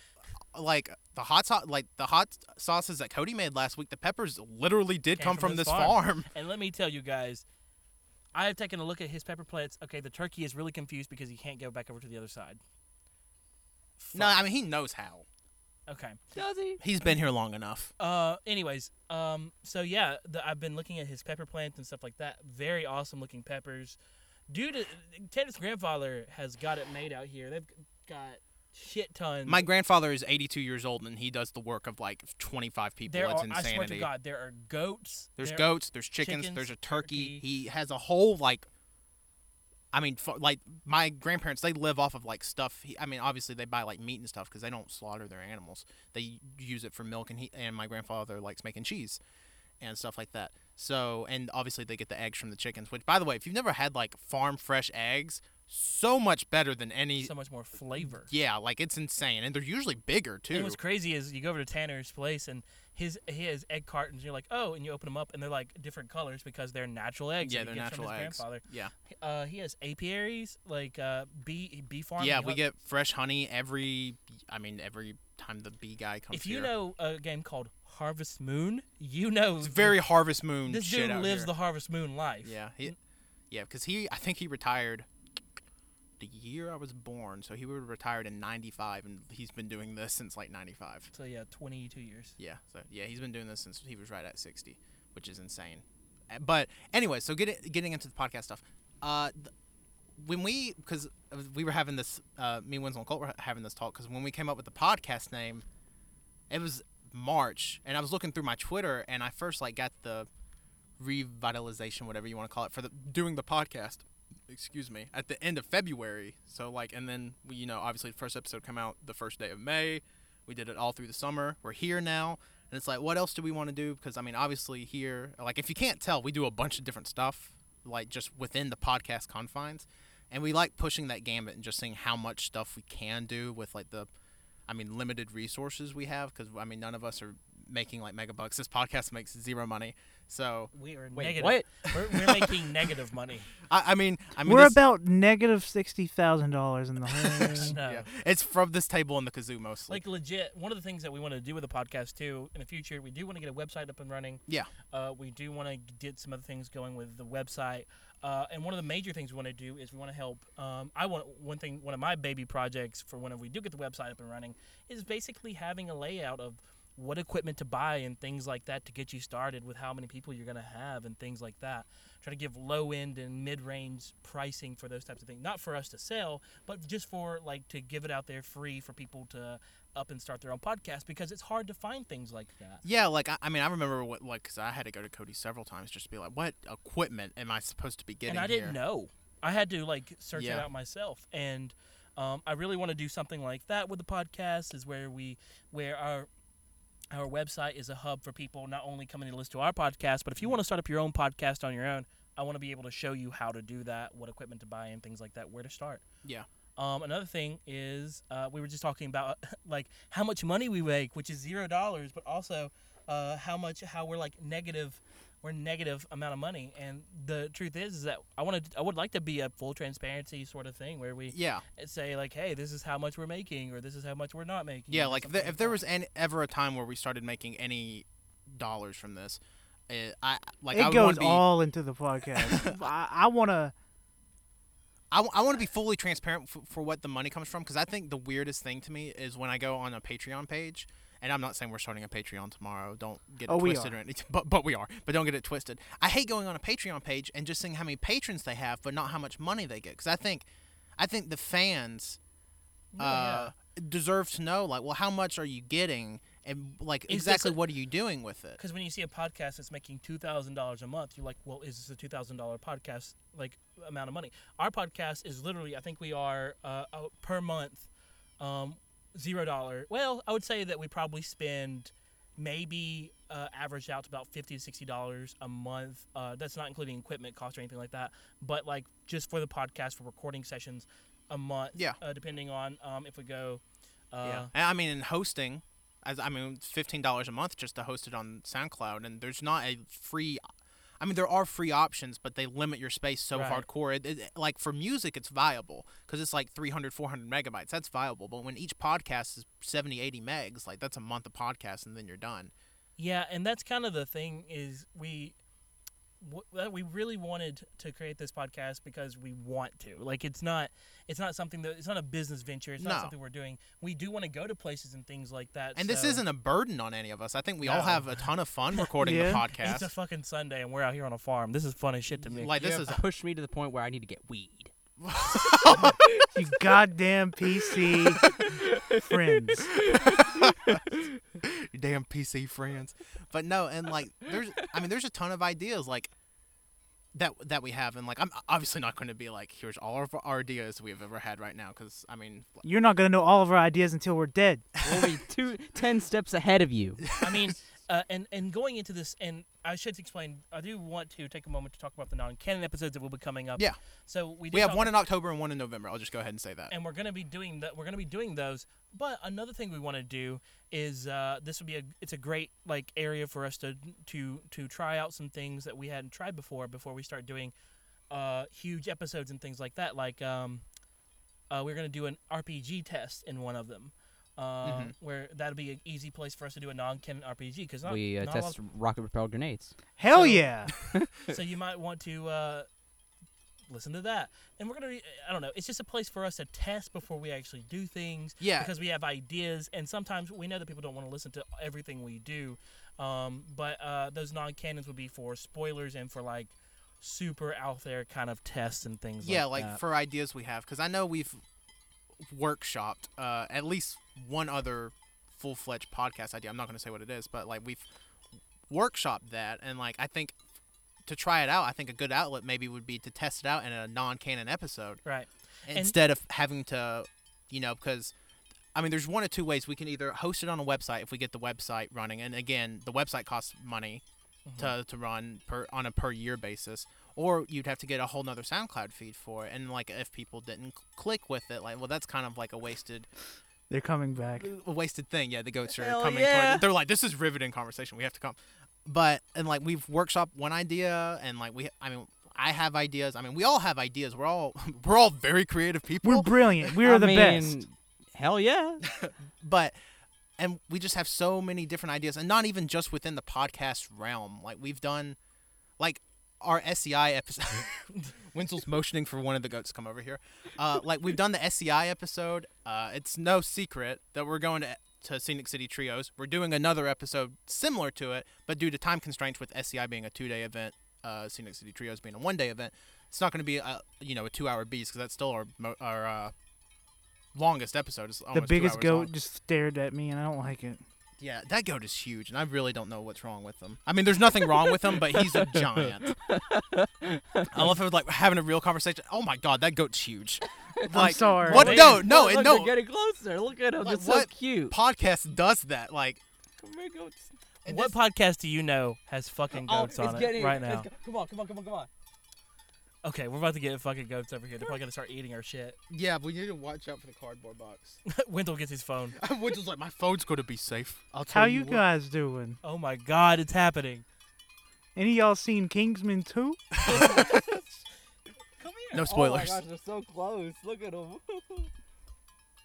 S2: like the hot sauce, like the hot sauces that Cody made last week. The peppers literally did
S3: Came
S2: come
S3: from
S2: from,
S3: this
S2: this
S3: farm.
S2: farm.
S3: and let me tell you guys, I have taken a look at his pepper plants. Okay, the turkey is really confused because he can't go back over to the other side.
S2: no, I mean he knows how.
S3: Okay.
S4: Does he?
S2: He's been here long enough.
S3: Uh, anyways, um, so yeah, the, I've been looking at his pepper plants and stuff like that. Very awesome looking peppers. Dude, uh, Tanner's grandfather has got it made out here. They've got shit tons.
S2: My grandfather is 82 years old and he does the work of like 25 people.
S3: there
S2: it's
S3: are,
S2: insanity.
S3: I swear to God, there are goats.
S2: There's
S3: there-
S2: goats. There's chickens.
S3: chickens,
S2: there's a turkey.
S3: turkey.
S2: He has a whole like. I mean, fu- like my grandparents, they live off of like stuff. He, I mean, obviously they buy like meat and stuff because they don't slaughter their animals. They use it for milk, and he and my grandfather likes making cheese and stuff like that. So, and obviously they get the eggs from the chickens. Which, by the way, if you've never had like farm fresh eggs, so much better than any.
S3: So much more flavor.
S2: yeah, like it's insane, and they're usually bigger too.
S3: And what's crazy is you go over to Tanner's place and his he has egg cartons. And you're like, oh, and you open them up and they're like different colors because they're natural eggs.
S2: yeah,
S3: that
S2: they're
S3: he gets
S2: natural
S3: from his
S2: eggs.
S3: Grandfather.
S2: Yeah.
S3: Uh, he has apiaries like uh, bee bee farm.
S2: Yeah,
S3: He
S2: we
S3: hu-
S2: get fresh honey every. I mean, every time the bee guy comes.
S3: If you
S2: here.
S3: know a game called Harvest Moon, you know
S2: it's very Harvest Moon.
S3: this
S2: shit
S3: dude
S2: out
S3: lives
S2: here.
S3: the Harvest Moon life.
S2: Yeah, he, yeah, because he, I think he retired the year I was born, so he would have retired in '95, and he's been doing this since like '95.
S3: So yeah, 22 years.
S2: Yeah, so yeah, he's been doing this since he was right at 60, which is insane. Uh, But anyway, so getting getting into the podcast stuff, uh, th- when we because we were having this, uh, me, Winslow, and Colt were ha- having this talk because when we came up with the podcast name, it was March, and I was looking through my Twitter, and I first like got the revitalization, whatever you want to call it, for the doing the podcast. Excuse me, at the end of February. So like, and then we, you know, obviously the first episode come out the first day of May. We did it all through the summer. We're here now, and it's like, what else do we want to do? Because I mean, obviously here, like if you can't tell, we do a bunch of different stuff, like just within the podcast confines, and we like pushing that gambit and just seeing how much stuff we can do with like the I mean, limited resources we have because I mean, none of us are making like mega bucks. This podcast makes zero money, so
S3: We are
S4: Wait,
S3: negative.
S4: what?
S3: We're, we're making negative money.
S2: I, I mean, I mean,
S1: We're
S2: this-
S1: about negative sixty thousand dollars in the whole.
S3: No.
S2: yeah, it's from this table and the kazoo mostly.
S3: Like legit, one of the things that we want to do with the podcast too in the future, we do want to get a website up and running.
S2: yeah,
S3: Uh, we do want to get some other things going with the website, uh, and one of the major things we want to do is we want to help. Um, I want one thing, one of my baby projects for when we do get the website up and running is basically having a layout of what equipment to buy and things like that to get you started with how many people you're going to have and things like that. Try to give low end and mid range pricing for those types of things. Not for us to sell, but just for like to give it out there free for people to up and start their own podcast because it's hard to find things like that.
S2: Yeah, like I, I mean, I remember what like because I had to go to Cody several times just to be like, what equipment am I supposed to be getting?
S3: and I didn't
S2: here?
S3: know. I had to like search it
S2: Yeah.
S3: out myself, and um, I really want to do something like that with the podcast. Is where we where our our website is a hub for people not only coming to listen to our podcast, but if
S2: Mm-hmm.
S3: you want to start up your own podcast on your own, I want to be able to show you how to do that, what equipment to buy, and things like that, where to start.
S2: Yeah.
S3: Um, another thing is uh, we were just talking about like how much money we make, which is zero dollars, but also uh, how much how we're like negative, we're negative amount of money. And the truth is, is that I want to I would like to be a full transparency sort of thing where we
S2: Yeah,
S3: say like, hey, this is how much we're making, or this is how much we're not making.
S2: yeah.
S3: or
S2: Like if,
S3: something
S2: there- if there
S3: that.
S2: was any, ever a time where we started making any dollars from this, it, I like I
S1: it
S2: would wanna
S1: goes
S2: be,
S1: all into the podcast. I, I want to.
S2: I, want to be fully transparent f- for what the money comes from because I think the weirdest thing to me is when I go on a Patreon page, and I'm not saying we're starting a Patreon tomorrow. Don't get it
S1: Oh, we
S2: twisted
S1: are.
S2: or anything, but but we are. But don't get it twisted. I hate going on a Patreon page and just seeing how many patrons they have, but not how much money they get because I think, I think the fans, uh, deserve to know like, well, how much are you getting? And like
S3: Is this
S2: exactly
S3: a-
S2: what are you doing with it?
S3: Because when you see a podcast that's making two thousand dollars a month, you're like, "Well, is this a two thousand dollar podcast like amount of money?" Our podcast is literally, I think we are uh, uh, per month um, zero dollar. Well, I would say that we probably spend maybe uh, averaged out to about fifty to sixty dollars a month. Uh, that's not including equipment costs or anything like that, but like just for the podcast for recording sessions a month.
S2: Yeah.
S3: Uh, depending on um, if we go. Uh,
S2: Yeah, And I mean, in hosting, as I mean, fifteen dollars a month just to host it on SoundCloud, and there's not a free. I mean, there are free options, but they limit your space so
S3: Right.
S2: hardcore. It, it- like for music, it's viable because it's like 300, 400 megabytes. That's viable. But when each podcast is 70, 80 megs, like that's a month of podcasts, and then you're done.
S3: Yeah, and that's kind of the thing is we w- that we really wanted to create this podcast because we want to. Like it's not it's not something that it's not a business venture. It's not
S2: No.
S3: something we're doing. We do want to go to places and things like that.
S2: And this
S3: so-
S2: isn't a burden on any of us. I think we all
S3: No.
S2: have a ton of fun recording
S1: Yeah.
S2: the podcast.
S3: it's a fucking Sunday and we're out here on a farm. This is fun as shit to me.
S2: like this
S4: You
S2: is
S4: have pushed me to the point where I need to get weed.
S1: You goddamn PC friends.
S2: Your damn PC friends. But no, and like there's I mean there's a ton of ideas like that that we have and like I'm obviously not going to be like here's all of our ideas we have ever had right now cuz I mean
S1: You're not gonna know all of our ideas until we're dead.
S4: We'll be two, ten steps ahead of you.
S3: I mean, uh, and and going into this, and I should explain. I do want to take a moment to talk about the non-canon episodes that will be coming up.
S2: Yeah.
S3: So we did
S2: we have
S3: talk
S2: one in October and one in November. I'll just go ahead and say that.
S3: and we're gonna be doing that. We're gonna be doing those. But another thing we want to do is uh, this would be a it's a great like area for us to to to try out some things that we hadn't tried before before we start doing uh, huge episodes and things like that. Like um, uh, we're gonna do an RPG test in one of them. Uh,
S4: Mm-hmm.
S3: Where that'll be an easy place for us to do a non-canon RPG because not,
S4: We uh,
S3: not a lot of
S4: test rocket propelled grenades.
S1: Hell
S3: So-
S1: yeah!
S3: so you might want to uh, listen to that. And we're gonna, re- I don't know, it's just a place for us to test before we actually do things.
S2: Yeah.
S3: Because we have ideas, and sometimes we know that people don't want to listen to everything we do. Um, but uh, those non-canons would be for spoilers and for like super out there kind of tests and things.
S2: yeah,
S3: like,
S2: like
S3: that.
S2: for ideas we have cuz I know we've workshopped uh, at least one other full-fledged podcast idea. I'm not going to say what it is, but like we've workshopped that and like I think to try it out, I think a good outlet maybe would be to test it out in a non-canon episode.
S3: right. And-
S2: instead of having to, you know, because I mean, there's one of two ways we can either host it on a website if we get the website running, and again, the website costs money
S3: Mm-hmm.
S2: to, to run per on a per year basis, or you'd have to get a whole nother SoundCloud feed for it, and like if people didn't cl- click with it, like well, that's kind of like a wasted
S1: They're coming back.
S2: a wasted thing. Yeah, the goats are
S3: Hell
S2: coming.
S3: yeah.
S2: Toward, they're like, this is riveting conversation. We have to come. But and like we've workshop one idea, and like we, I mean, I have ideas. I mean, we all have ideas. We're all we're all very creative people.
S1: We're brilliant. We
S4: I
S1: are the
S4: mean,
S1: best.
S4: Hell yeah.
S2: but and we just have so many different ideas and not even just within the podcast realm like we've done like our SEI episode Wenzel's motioning for one of the goats to come E over here uh, like we've done the SEI episode uh, it's no secret that we're going to to Scenic City Trios. We're doing another episode similar to it, but due to time constraints, with SCI being a two-day event, uh, Scenic City Trios being a one-day event, it's not going to be a you know a two-hour beast because that's still our mo- our uh, longest episode. It's
S1: The
S2: almost two
S1: biggest
S2: hours
S1: goat
S2: long.
S1: just stared at me, and I don't like it.
S2: Yeah, that goat is huge, and I really don't know what's wrong with him. I mean, there's nothing wrong with him, but he's a giant. I love if it was like having a real conversation. Oh my god, that goat's huge. Like,
S1: sorry.
S2: What
S1: Man,
S2: goat? No,
S4: look,
S2: it-
S4: look,
S2: no.
S4: They're getting closer. Look at him.
S2: Like,
S4: it's so
S2: what
S4: cute.
S2: Podcast does that. Like,
S4: Come here, goats.
S2: And
S3: What
S2: this-
S3: podcast do you know has fucking
S4: Oh,
S3: goats on
S4: it's
S3: it
S4: getting
S3: right
S4: it's
S3: now?
S4: go- Come on, come on, come on, come on.
S3: Okay, we're about to get fucking goats over here. They're probably gonna start eating our shit.
S2: yeah, we need to watch out for the cardboard box.
S3: Wendell gets his phone.
S2: Which is like, my phone's gonna be safe. I'll tell
S1: How you
S2: what.
S1: guys doing?
S3: Oh my god, it's happening.
S1: Any of y'all seen Kingsman 2?
S3: Come here.
S2: No spoilers. Oh
S4: Oh
S2: my,
S4: my gosh, they're so close. Look at them.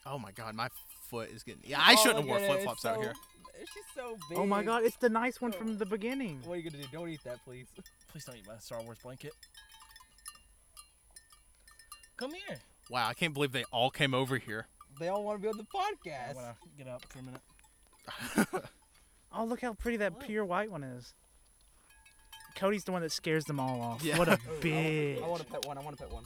S2: god, Oh my foot is getting. Yeah, I shouldn't have
S4: Oh,
S2: wore flip flops out here.
S4: She's so big.
S1: Oh my god, it's the nice one from the beginning.
S4: What are you gonna do? Don't eat that, please.
S3: Please don't eat my Star Wars blanket. Come here.
S2: Wow, I can't believe they all came over here.
S4: They all want to be on the
S3: I
S4: podcast.
S3: wanna get up for a minute.
S1: Oh, look how pretty that
S3: What?
S1: pure white one is. Cody's the one that scares them all off.
S2: Yeah.
S1: What a
S4: I
S1: bitch.
S4: want to pet one. I want to pet one.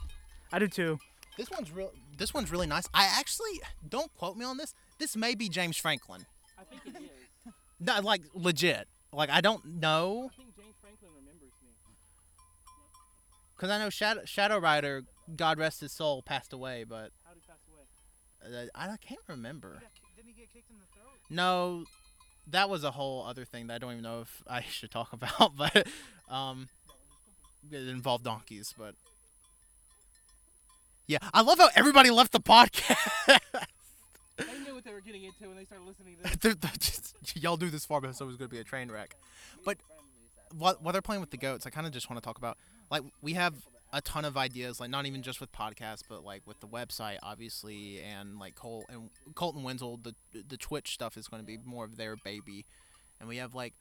S1: I do too.
S2: This one's real. This one's really nice. I actually don't quote me on this. This may be James Franklin.
S3: I think it is.
S2: No, like legit. Like I don't know,
S3: think James Franklin remembers me.
S2: cause I know Shadow, Shadow Rider, God rest his soul, passed away, but
S3: How did he pass away?
S2: uh, I I can't remember.
S1: Didn't he get kicked in the throat?
S2: No, that was a whole other thing that I don't even know if I should talk about, but um, it involved donkeys, but yeah, I love how everybody left the podcast.
S3: I knew what they were getting into when they started listening to this.
S2: They're- they're just- y'all do this far, but it's always going to be a train wreck. But while, while they're playing with the goats, I kind of just want to talk about like we have a ton of ideas, like not even just with podcasts, but like with the website, obviously, and like Cole and Colton Wenzel, the the Twitch stuff is going to be more of their baby, and we have like,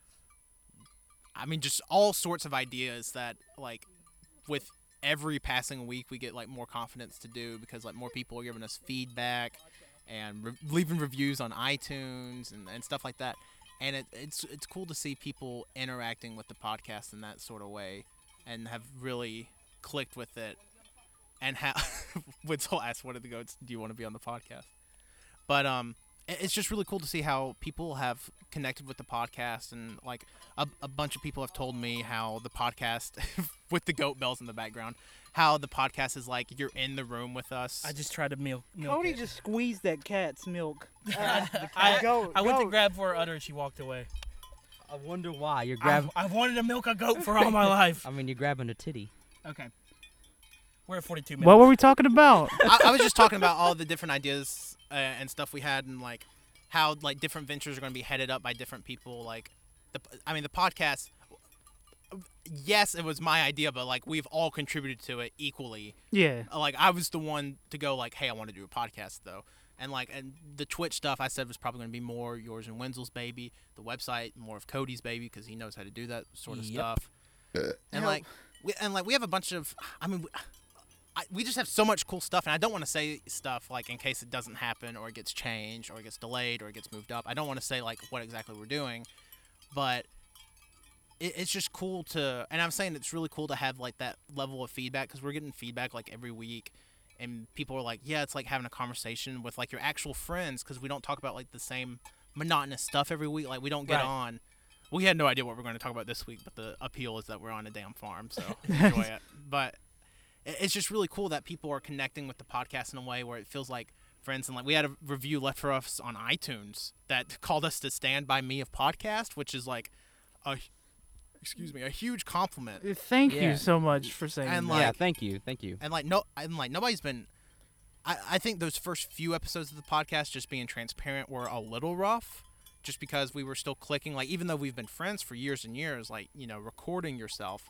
S2: I mean, just all sorts of ideas that like with every passing week we get like more confidence to do because like more people are giving us feedback and re- leaving reviews on iTunes and, and stuff like that. And it, it's it's cool to see people interacting with the podcast in that sort of way, and have really clicked with it. And how Witzel asked one of the goats, "Do you want to be on the podcast?" But um, i- it's just really cool to see how people have connected with the podcast, and like a, a bunch of people have told me how the podcast, with the goat bells in the background, how the podcast is like you're in the room with us.
S3: I just tried to milk. milk
S1: Cody
S3: it.
S1: just squeezed that cat's milk.
S3: I,
S1: Goat,
S3: I went to
S1: goat.
S3: grab for her udder and she walked away.
S4: I wonder why you're
S3: I've,
S4: grabbing.
S3: I've wanted to milk a goat for all my life.
S4: I mean, you're grabbing a titty.
S3: Okay. We're at 42 minutes.
S1: What were we talking about?
S2: I, I was just talking about all the different ideas uh, and stuff we had, and like how like different ventures are going to be headed up by different people. Like, the I mean, the podcast. Yes, it was my idea, but like we've all contributed to it equally.
S1: yeah.
S2: Uh, Like I was the one to go like, hey, I want to do a podcast though, and like and the Twitch stuff I said was probably going to be more yours and Wenzel's baby. The website more of Cody's baby because he knows how to do that sort of
S3: Yep.
S2: stuff. and like we and like we have a bunch of I mean. We, I, we just have so much cool stuff, and I don't want to say stuff like in case it doesn't happen or it gets changed or it gets delayed or it gets moved up. I don't want to say like what exactly we're doing, but it, it's just cool to. And I'm saying it's really cool to have like that level of feedback because we're getting feedback like every week, and people are like, yeah, it's like having a conversation with like your actual friends because we don't talk about like the same monotonous stuff every week. Like we don't get
S3: Right.
S2: on. We had no idea what we are going to talk about this week, but the appeal is that we're on a damn farm, so enjoy it. But it- it's just really cool that people are connecting with the podcast in a way where it feels like friends and like we had a review left for us on iTunes that called us to stand by me of podcast which is like a excuse me a huge compliment
S1: Thank
S4: Yeah.
S1: you so much for saying
S2: And,
S1: that.
S2: like-
S4: yeah, thank you, thank you.
S2: and like no and like nobody's been I, I think those first few episodes of the podcast just being transparent were a little rough just because we were still clicking like even though we've been friends for years and years like you know recording yourself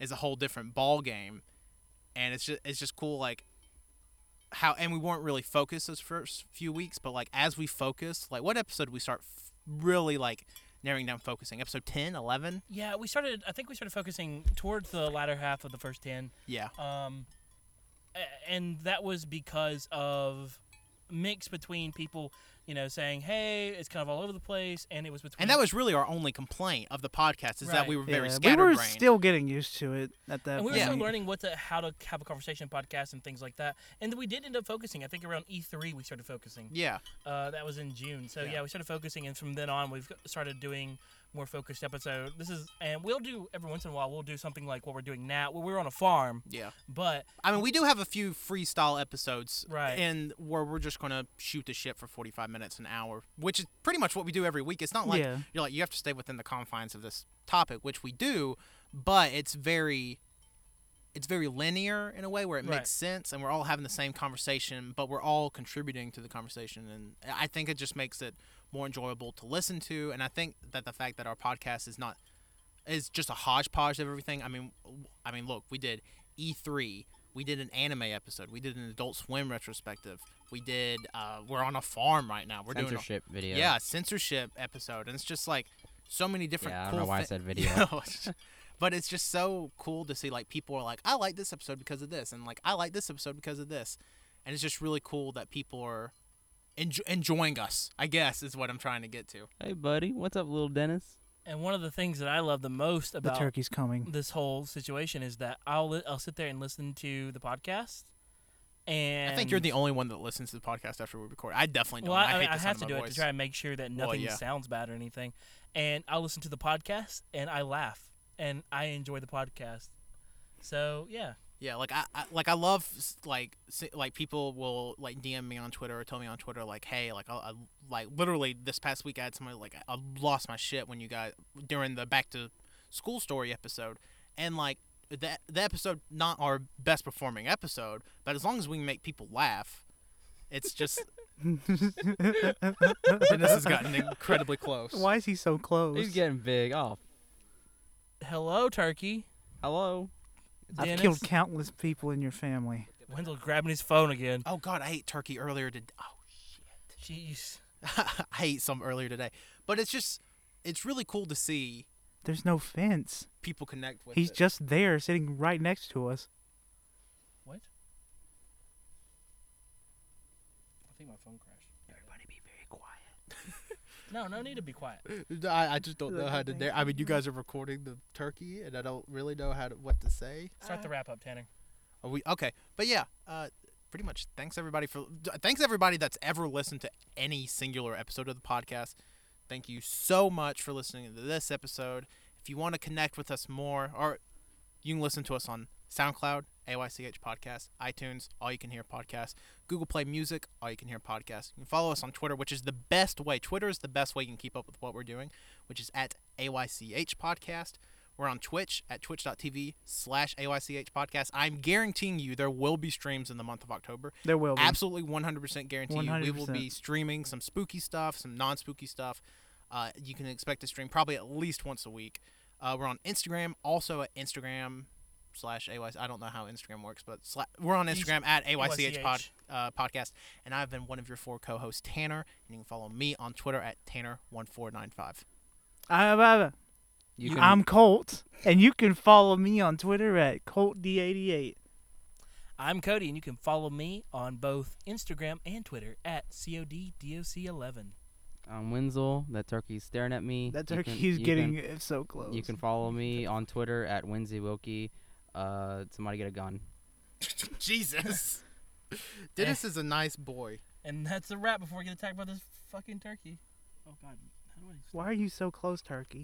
S2: is a whole different ball game and it's just it's just cool like how and we weren't really focused those first few weeks but like as we focus like what episode we start f- really like narrowing down focusing episode 10 11
S3: Yeah, we started. I think we started focusing towards the latter half of the first ten,
S2: yeah
S3: um, a- and that was because of mix between people you know, saying, "Hey, it's kind of all over the place," and it was between
S2: And that was really our only complaint of the podcast is that
S3: Right.
S2: we were very
S1: yeah, we
S2: scatterbrained.
S1: were still getting used to it at that
S3: And we were
S1: point.
S3: still learning what to how to have a conversation podcast and things like that. And then we did end up focusing. I think around E3 we started focusing.
S2: yeah.
S3: Uh, that was in June. So yeah. we started focusing, and from then on we've started doing more focused episode. This is and we'll do every once in a while we'll do something like what we're doing now. Well, we're on a farm,
S2: Yeah.
S3: but
S2: I mean, we do have a few freestyle episodes,
S3: Right.
S2: And where we're just gonna shoot the shit for forty-five minutes an hour, which is pretty much what we do every week. It's not like
S1: Yeah.
S2: you're like you have to stay within the confines of this topic, which we do, but it's very, it's very linear in a way where it
S3: Right.
S2: makes sense, and we're all having the same conversation, but we're all contributing to the conversation, and I think it just makes it more enjoyable to listen to, and I think that the fact that our podcast is not is just a hodgepodge of everything. I mean, w- I mean, look, we did E3, we did an anime episode, we did an Adult Swim retrospective, we did. Uh, we're on a farm right now. We're
S4: Censorship
S2: doing
S4: video.
S2: a, yeah censorship episode, and it's just like so many different.
S4: Yeah, I don't
S2: cool
S4: know why I
S2: thi-
S4: said video.
S2: No, it's just- but it's just so cool to see like people are like, I like this episode because of this, and like I like this episode because of this, and it's just really cool that people are. Enjo- enjoying us, I guess, is what I'm trying to get to.
S4: Hey, buddy, what's up, little Dennis?
S3: and one of the things that I love the most
S1: The
S3: about
S1: turkey's coming.
S3: this whole situation is that I'll li- I'll sit there and listen to the podcast. And
S2: I think you're the only one that listens to the podcast after we record. I definitely don't.
S3: Well, I,
S2: I,
S3: I,
S2: hate
S3: I
S2: the sound
S3: have
S2: of
S3: to
S2: my
S3: do it
S2: voice.
S3: to try and make sure that
S2: Well,
S3: nothing
S2: yeah.
S3: sounds bad or anything. And I listen to the podcast and I laugh and I enjoy the podcast. So yeah,
S2: Yeah, like I, I like I love s- like s- like people will like DM me on Twitter or tell me on Twitter like, hey, like I, I like literally this past week I had somebody like I lost my shit when you got during the back to school story episode, and like the the episode not our best performing episode, but as long as we make people laugh, it's just. and this has gotten incredibly close.
S1: Why is he so close?
S4: He's getting big. Oh,
S3: hello Turkey.
S4: hello.
S1: I've
S3: Dennis.
S1: killed countless people in your family.
S3: Wendell grabbing his phone again.
S2: Oh God, I ate turkey earlier today. Oh
S3: Jeez.
S2: I ate some earlier today, but it's just it's really cool to see
S1: There's no fence.
S2: people connect with.
S1: He's
S2: it.
S1: just there, sitting right next to us.
S3: What? I think my phone crashed.
S1: Everybody be very quiet.
S3: No, no need to be quiet.
S2: I, I just don't
S1: know how to dar-
S2: I mean, you guys are recording the turkey, and I don't really know how to what to say.
S3: Start
S1: Uh.
S3: the wrap up, Tanner.
S2: Are we okay? But yeah, uh, pretty much. Thanks everybody for d- thanks everybody that's ever listened to any singular episode of the podcast. Thank you so much for listening to this episode. If you want to connect with us more, or you can listen to us on SoundCloud, AYCH Podcast, iTunes, All You Can Hear Podcast, Google Play Music, All You Can Hear Podcast. You can follow us on Twitter, which is the best way. Twitter is the best way you can keep up with what we're doing, which is at AYCH Podcast. We're on Twitch at twitch.tv slash AYCH Podcast. I'm guaranteeing you there will be streams in the month of October
S1: There will be.
S2: absolutely 100% guarantee you we will
S1: 100%.
S2: be streaming some spooky stuff, some non spooky stuff. Uh, you can expect to stream probably at least once a week. Uh, we're on Instagram, also at Instagram slash AYC. I don't know how Instagram works, but sla- we're on
S3: East-
S2: Instagram at AYCH pod,
S3: AYCH.
S2: uh, podcast. And I've been one of your four co hosts, Tanner. And you can follow me on Twitter at Tanner1495.
S1: I, I, I,
S4: You
S1: I'm Colt, and you can follow me on Twitter at ColtD88.
S3: I'm Cody, and you can follow me on both Instagram and Twitter at CODDOC11.
S4: I'm um, Wenzel. That turkey's staring at me.
S1: That
S4: You can-
S1: turkey's
S4: you
S1: getting
S4: can-
S1: uh, so close.
S4: you can follow me on Twitter at Wenzy Wilkie. Uh, somebody get a gun.
S2: Jesus. Dennis is a nice boy.
S3: And that's a wrap before we get attacked by this fucking turkey. Oh, God. How do I.
S1: Why are you so close, turkey?